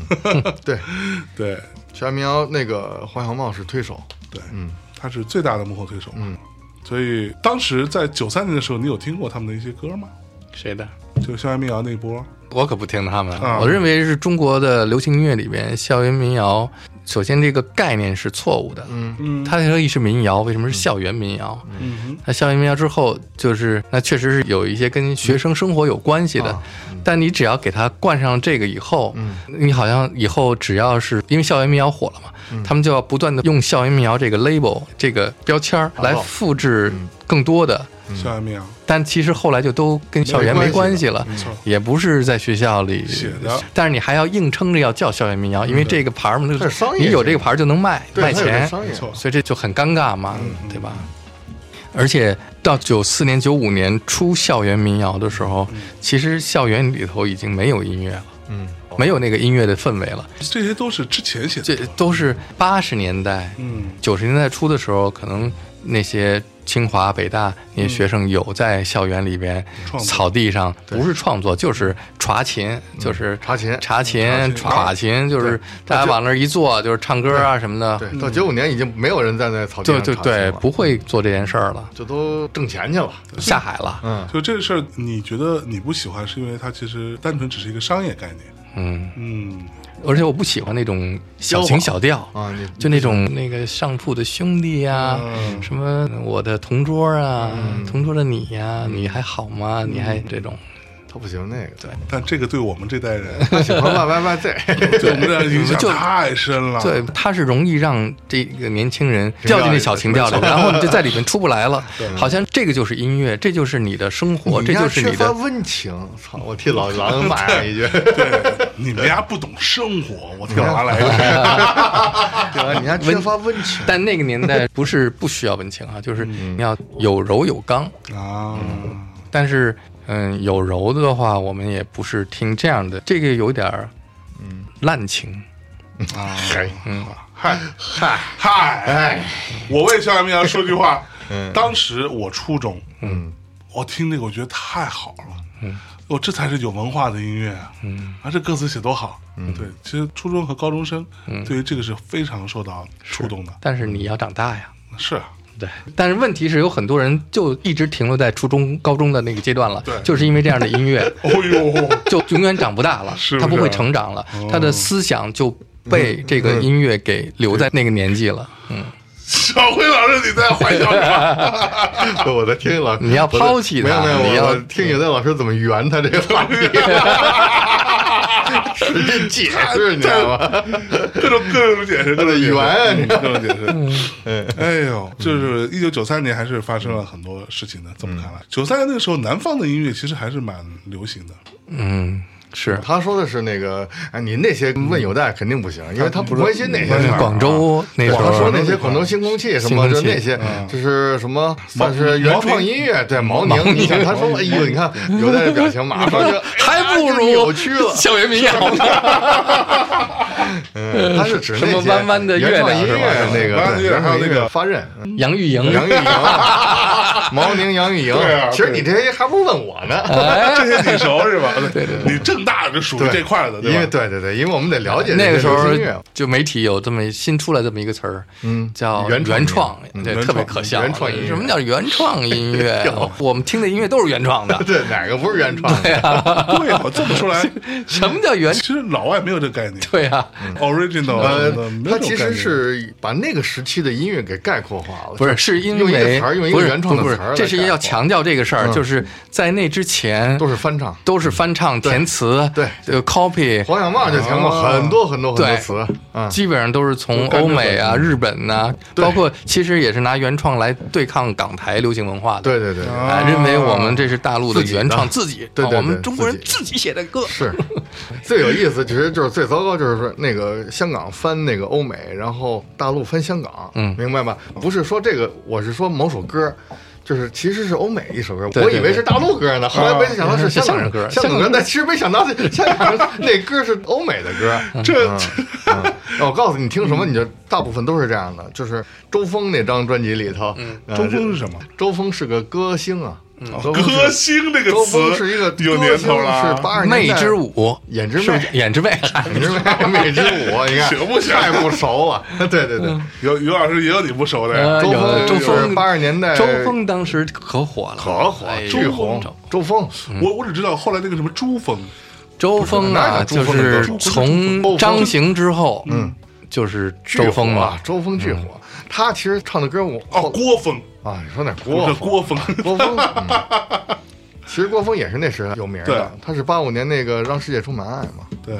对，
[LAUGHS] 对
全民谣那个黄小茂是推手，
对，嗯，他是最大的幕后推手，嗯，所以当时在九三年的时候，你有听过他们的一些歌吗？
谁的？
就校园民谣那波，
我可不听他们
啊
的，我认为是中国的流行音乐里边校园民谣，首先这个概念是错误的。嗯
嗯
它可以是民谣，为什么是校园民谣？
嗯
那校园民谣之后，就是那确实是有一些跟学生生活有关系的，但你只要给它冠上这个以后，你好像以后只要是因为校园民谣火了嘛，他们就要不断的用校园民谣这个 label 这个标签儿来复制更多的，
哼，校园民谣，
但其实后来就都跟校园没关系了，
没错
也不是在学校里
写的
但是你还要硬撑着要叫校园民谣，因为这个牌儿嘛，
它是商业
你有这个牌儿就能卖
对
卖
他有这
钱，
商业
没，错
所以这就很尴尬嘛，对吧？而且到九四年、九五年出校园民谣的时候，其实校园里头已经没有音乐了，
嗯，
没有那个音乐的氛围了，
这些都是之前写
这
的歌，
都是八十年代、
嗯，
九十年代初的时候，可能那些清华、北大那些学生有在校园里边、
创作
草地上，不是创作就是查琴，就是
嗯查琴
查
嗯
琴、
查
耍琴，就是大家往那儿一坐，就是唱歌啊什么的，
对，到九五年已经没有人站在草地
对
上
对
查询
对，
了
不会做这件事儿了，
就都挣钱去了，
下海了。
嗯，
就这个事儿，你觉得你不喜欢，是因为它其实单纯只是一个商业概念。
嗯，
嗯，
而且我不喜欢那种小情小调
啊你
就那种那个上铺的兄弟呀，
嗯
什么呃我的同桌啊，
嗯
同桌的你呀，你还好吗？你还这种，
他不喜欢那个，对，
但这个对我们这代
[LAUGHS]
人，
他喜欢 Y Y Y Z，
对我们这代人影响
就
太深了。
对，它是容易让这个年轻人啊掉进那小情调里
没，错
然后你就在里面出不来 [LAUGHS] 了，好像这个就是音乐，这就是你的生活，这就是
缺
你
乏
的。
温情，操，我替老狼骂了一句，
对，你们家不懂生活，我跳啥来着？
对 [LAUGHS] 吧？你还缺乏温
[LAUGHS]
情，
[LAUGHS] 但那个年代不是不需要温情啊，就是你要有柔有刚，
啊，
但是，嗯，有柔的话，我们也不是听这样的，这个有点儿，嗯，啊滥情。嗯
嗨，
嗨嗨啊
哎
嗨！我为校园民谣说句话，当时我初中，嗯，我听那个我觉得太好了，嗯，我这才是有文化的音乐啊，嗯，啊，这歌词写多好，嗯，对，其实初中和高中生对于这个是非常受到触动的，
但是你要长大呀，
是啊，
对。但是问题是，有很多人就一直停留在初中、高中的那个阶段了，
对
就是因为这样的音乐，
哦呦，
就永远长不大了，
啊
是不
他
是
哦
不会成长了，他的思想就被这个音乐给留在那个年纪了。嗯，
小辉老师，你在怀笑什么？
不哎我在听老，
你要抛弃他
我在没有没
你
有，
要
我听有的老师怎么圆他这个话题， [LAUGHS] 使劲解释，你知道吗？
[LAUGHS] 各种各种解释，各种解释
圆啊你
嗯各种解释。哎呦，就是一九九三年还是发生了很多事情的。这么
嗯
看来，九三年那个时候南方的音乐其实还是蛮流
[LAUGHS]
行的。
嗯，是
他说的是那个，哎，你那些问有代肯定不行，因为他不关心那些事儿。
广州那时
我
候
说那些啊广州星空器什么，
星空
就
器
那些
嗯
就是什么算是
毛
原创音乐，对毛宁。你看他说，哎呦，你看有的人表情马
[LAUGHS]
上就
嗯还不
哎呀
如
扭
[LAUGHS]
曲了。
校园
[LAUGHS]
民谣呢。
嗯，他是指那些
什么弯弯的月
原
亮
创
是
音
吧嗯
乐那个，
弯弯的月
对
亮还有
原创
那个
音乐发
[LAUGHS]
轫，
杨钰莹，
杨钰莹，毛宁杨钰莹
对啊。
其实你这些还不如问我
啊
呢，
哎
[LAUGHS]
这些你熟是吧？对对，你正大就属于这块儿的，
因为
对吧？
对对对，因为我们得了解
那
这
个
些
时候
流行音乐。
就媒体有这么新出来这么一个词儿，嗯，叫
原创嗯
原创，对，
原创
特别可笑。啊
原创音乐。
什么叫原创音乐？啊我们听的音乐都是原创的
[LAUGHS] 对，哪个不是原创？
[LAUGHS] 对啊，这么说来，
什么叫原？
其实老外没有这概念
对啊，
，original
呃
什么的，没有
他
这种
其
概
实
念
是把那个时期的音乐给概括化了，
不是，是因为
用一个词儿，用一个
不是
原创的
不
词
是
儿来概括，嗯
这是要强调这个事儿，就是在那之前
都是翻唱。
都是翻唱填词，
对
呃，copy，
黄小茂就填过很多很多很多
对
词，啊，
基本上都是从
干这
欧
个
美啊、日本呐、包括其实也是拿原创来对抗港台流行文化的。
对对对，对
啊，认为我们这是大陆的
自己的
原创，自己，
对对
啊
对
我们中国人
自
自己写的歌，
是最有意思，其实就是最糟糕，就是说那个香港翻那个欧美，然后大陆翻香港，
嗯
明白吧？不是说这个，我是说某首歌。就是其实是欧美一首歌，
对对
我以为是大陆歌呢，后来没想到哦是香港人歌，
啊
香港歌，但其实没想到 [LAUGHS] 是香港人那歌是欧美的歌。
这
嗯我告诉你，听什么你就大部分都是这样的，就是周峰那张专辑里头，呃
周峰是什么？
周峰是个歌星啊，周峰是
嗯哦歌星这
周
个
峰
词
是一个
有
歌
年
星
头了啊，
是八二年
媚
代
之舞，
眼之
是不
魅
是，眼之魅，
眼之魅，媚之
[LAUGHS]
舞，啊你看
行不行
太不熟了， [LAUGHS] 对对对，
有有老师也有你不熟的呀
呃，
周
有
峰
嗯周
是
峰
八十年代，
周峰当时可火了，
哎可火
哎，呦
巨红，周峰。
我我只知道后来那个什么朱峰，
周峰啊，
不是
就
那叫周峰的
是
歌
从张行之后，嗯，就是
巨
周峰嗯
火
嘛
啊，，周峰巨火。他其实唱的歌我
哦，郭峰，
啊，你说哪
我
郭
是郭峰，
郭峰？嗯其实郭峰也是那时候有名
对
的，他是八五年那个《让世界充满爱》嘛，
[LAUGHS] 对，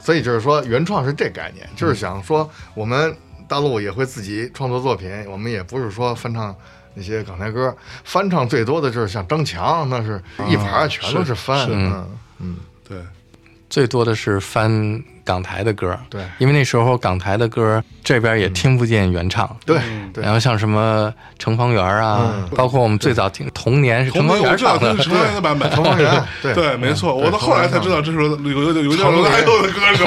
所以就是说原创是这概念，就是想说我们大陆也会自己创作作品，我们也不是说翻唱那些港台歌，翻唱最多的就是像张强，那是一盘儿全都是翻，嗯，
对，
最多的是翻港台的歌，
对
因为那时候港台的歌这边也听不见原唱，
对对
然后像什么程方圆
嗯
啊，包括我们最早听《童年》是程
同
方
名我
圆
知道
唱
这
的
是，陈方圆的版 [LAUGHS] 本，
程方圆对
对，没错，我到后来才知道这是有有有有叫
程
罗
方
大
圆
佑的歌手，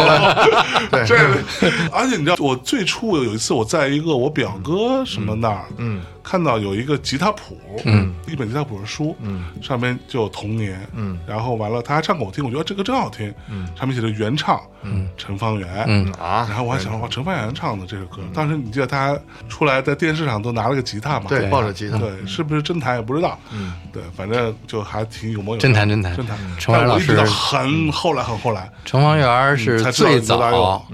[LAUGHS]
对
这，而且你知道，我最初有一次我在一个我表哥什么那儿，嗯，看到有一个吉他谱，嗯，一本吉他谱的书，嗯，上面就有童年，嗯，然后完了他还唱给我听，我觉得这个真好听，嗯，上面写着原唱，嗯，陈方圆，嗯
啊嗯
然后我还想哇，陈方圆唱的这个歌，当时你记得他出来在电视上都拿了个吉他嘛，
对，抱着吉他，
对，是不是真弹也不知道。嗯，对，反正就还挺有模有样
真弹真弹
真弹。
嗯
陈怀
但我
老
一直到
师嗯
很后来很后来，
程方圆是
嗯才知道嗯
最
罗大佑
早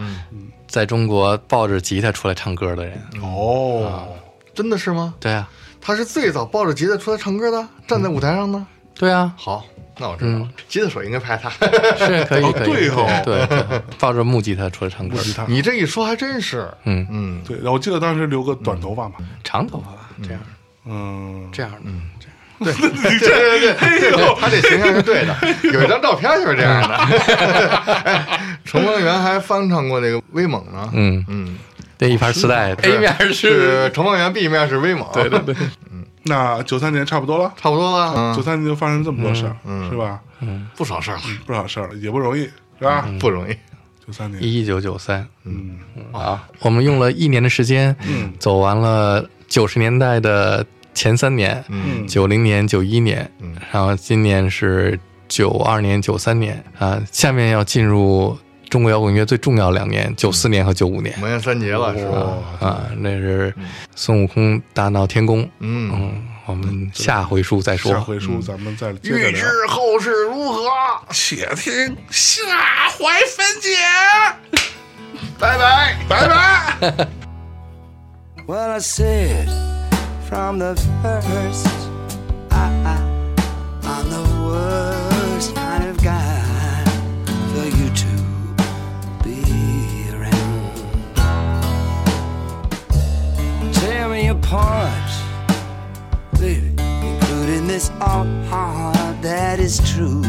在中国抱着吉他出来唱歌的人，
嗯
嗯啊
哦，
真的是吗？
对啊，
他是最早抱着吉他出来唱歌的，站在舞台上呢。
对啊，
好，那我知道了，吉他手应该拍他。
是可以
[LAUGHS] 哦
可以，
对哦
对，对抱着木吉他出来唱歌，
吉他。
你这一说还真是，
嗯
嗯，
对，然后我记得当时留个短头发嘛，
长头发吧，这样
嗯，
这样的，
对对对对对，他这形象是对的。有一张照片就是这样的。哎程方圆还翻唱过那个威猛呢，
嗯
嗯
这一盘磁带
是
，A 面
是程方圆，B 面是威猛，对对对，
那九三年差不多了，
差不多了，
九
嗯
三年就发生这么多事儿，是吧？
不少事儿了，
不少事儿了，也不容易，是吧？
不容易。
九三年，
一九九三
嗯，
啊，我们用了一年的时间，走完了九十年代的前三年，
嗯
九零年、九一年，然后今年是九二年、九三年啊，下面要进入中国摇滚乐最重要两年，九四年和九五年
魔岩三杰了是吧？
啊，那是孙悟空大闹天宫，
嗯，
嗯，我们下回书再说，
下回书咱们再接着
预
聊，
知后事如何？
且听下回分解。
拜拜。
拜拜。
Well, I said from the first, I, I, I'm the worst kind of guy for you to be around. Tear me apart, baby, including this all heart that is true,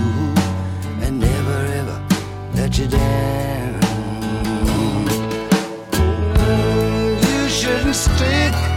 and never ever let you down. You shouldn't stick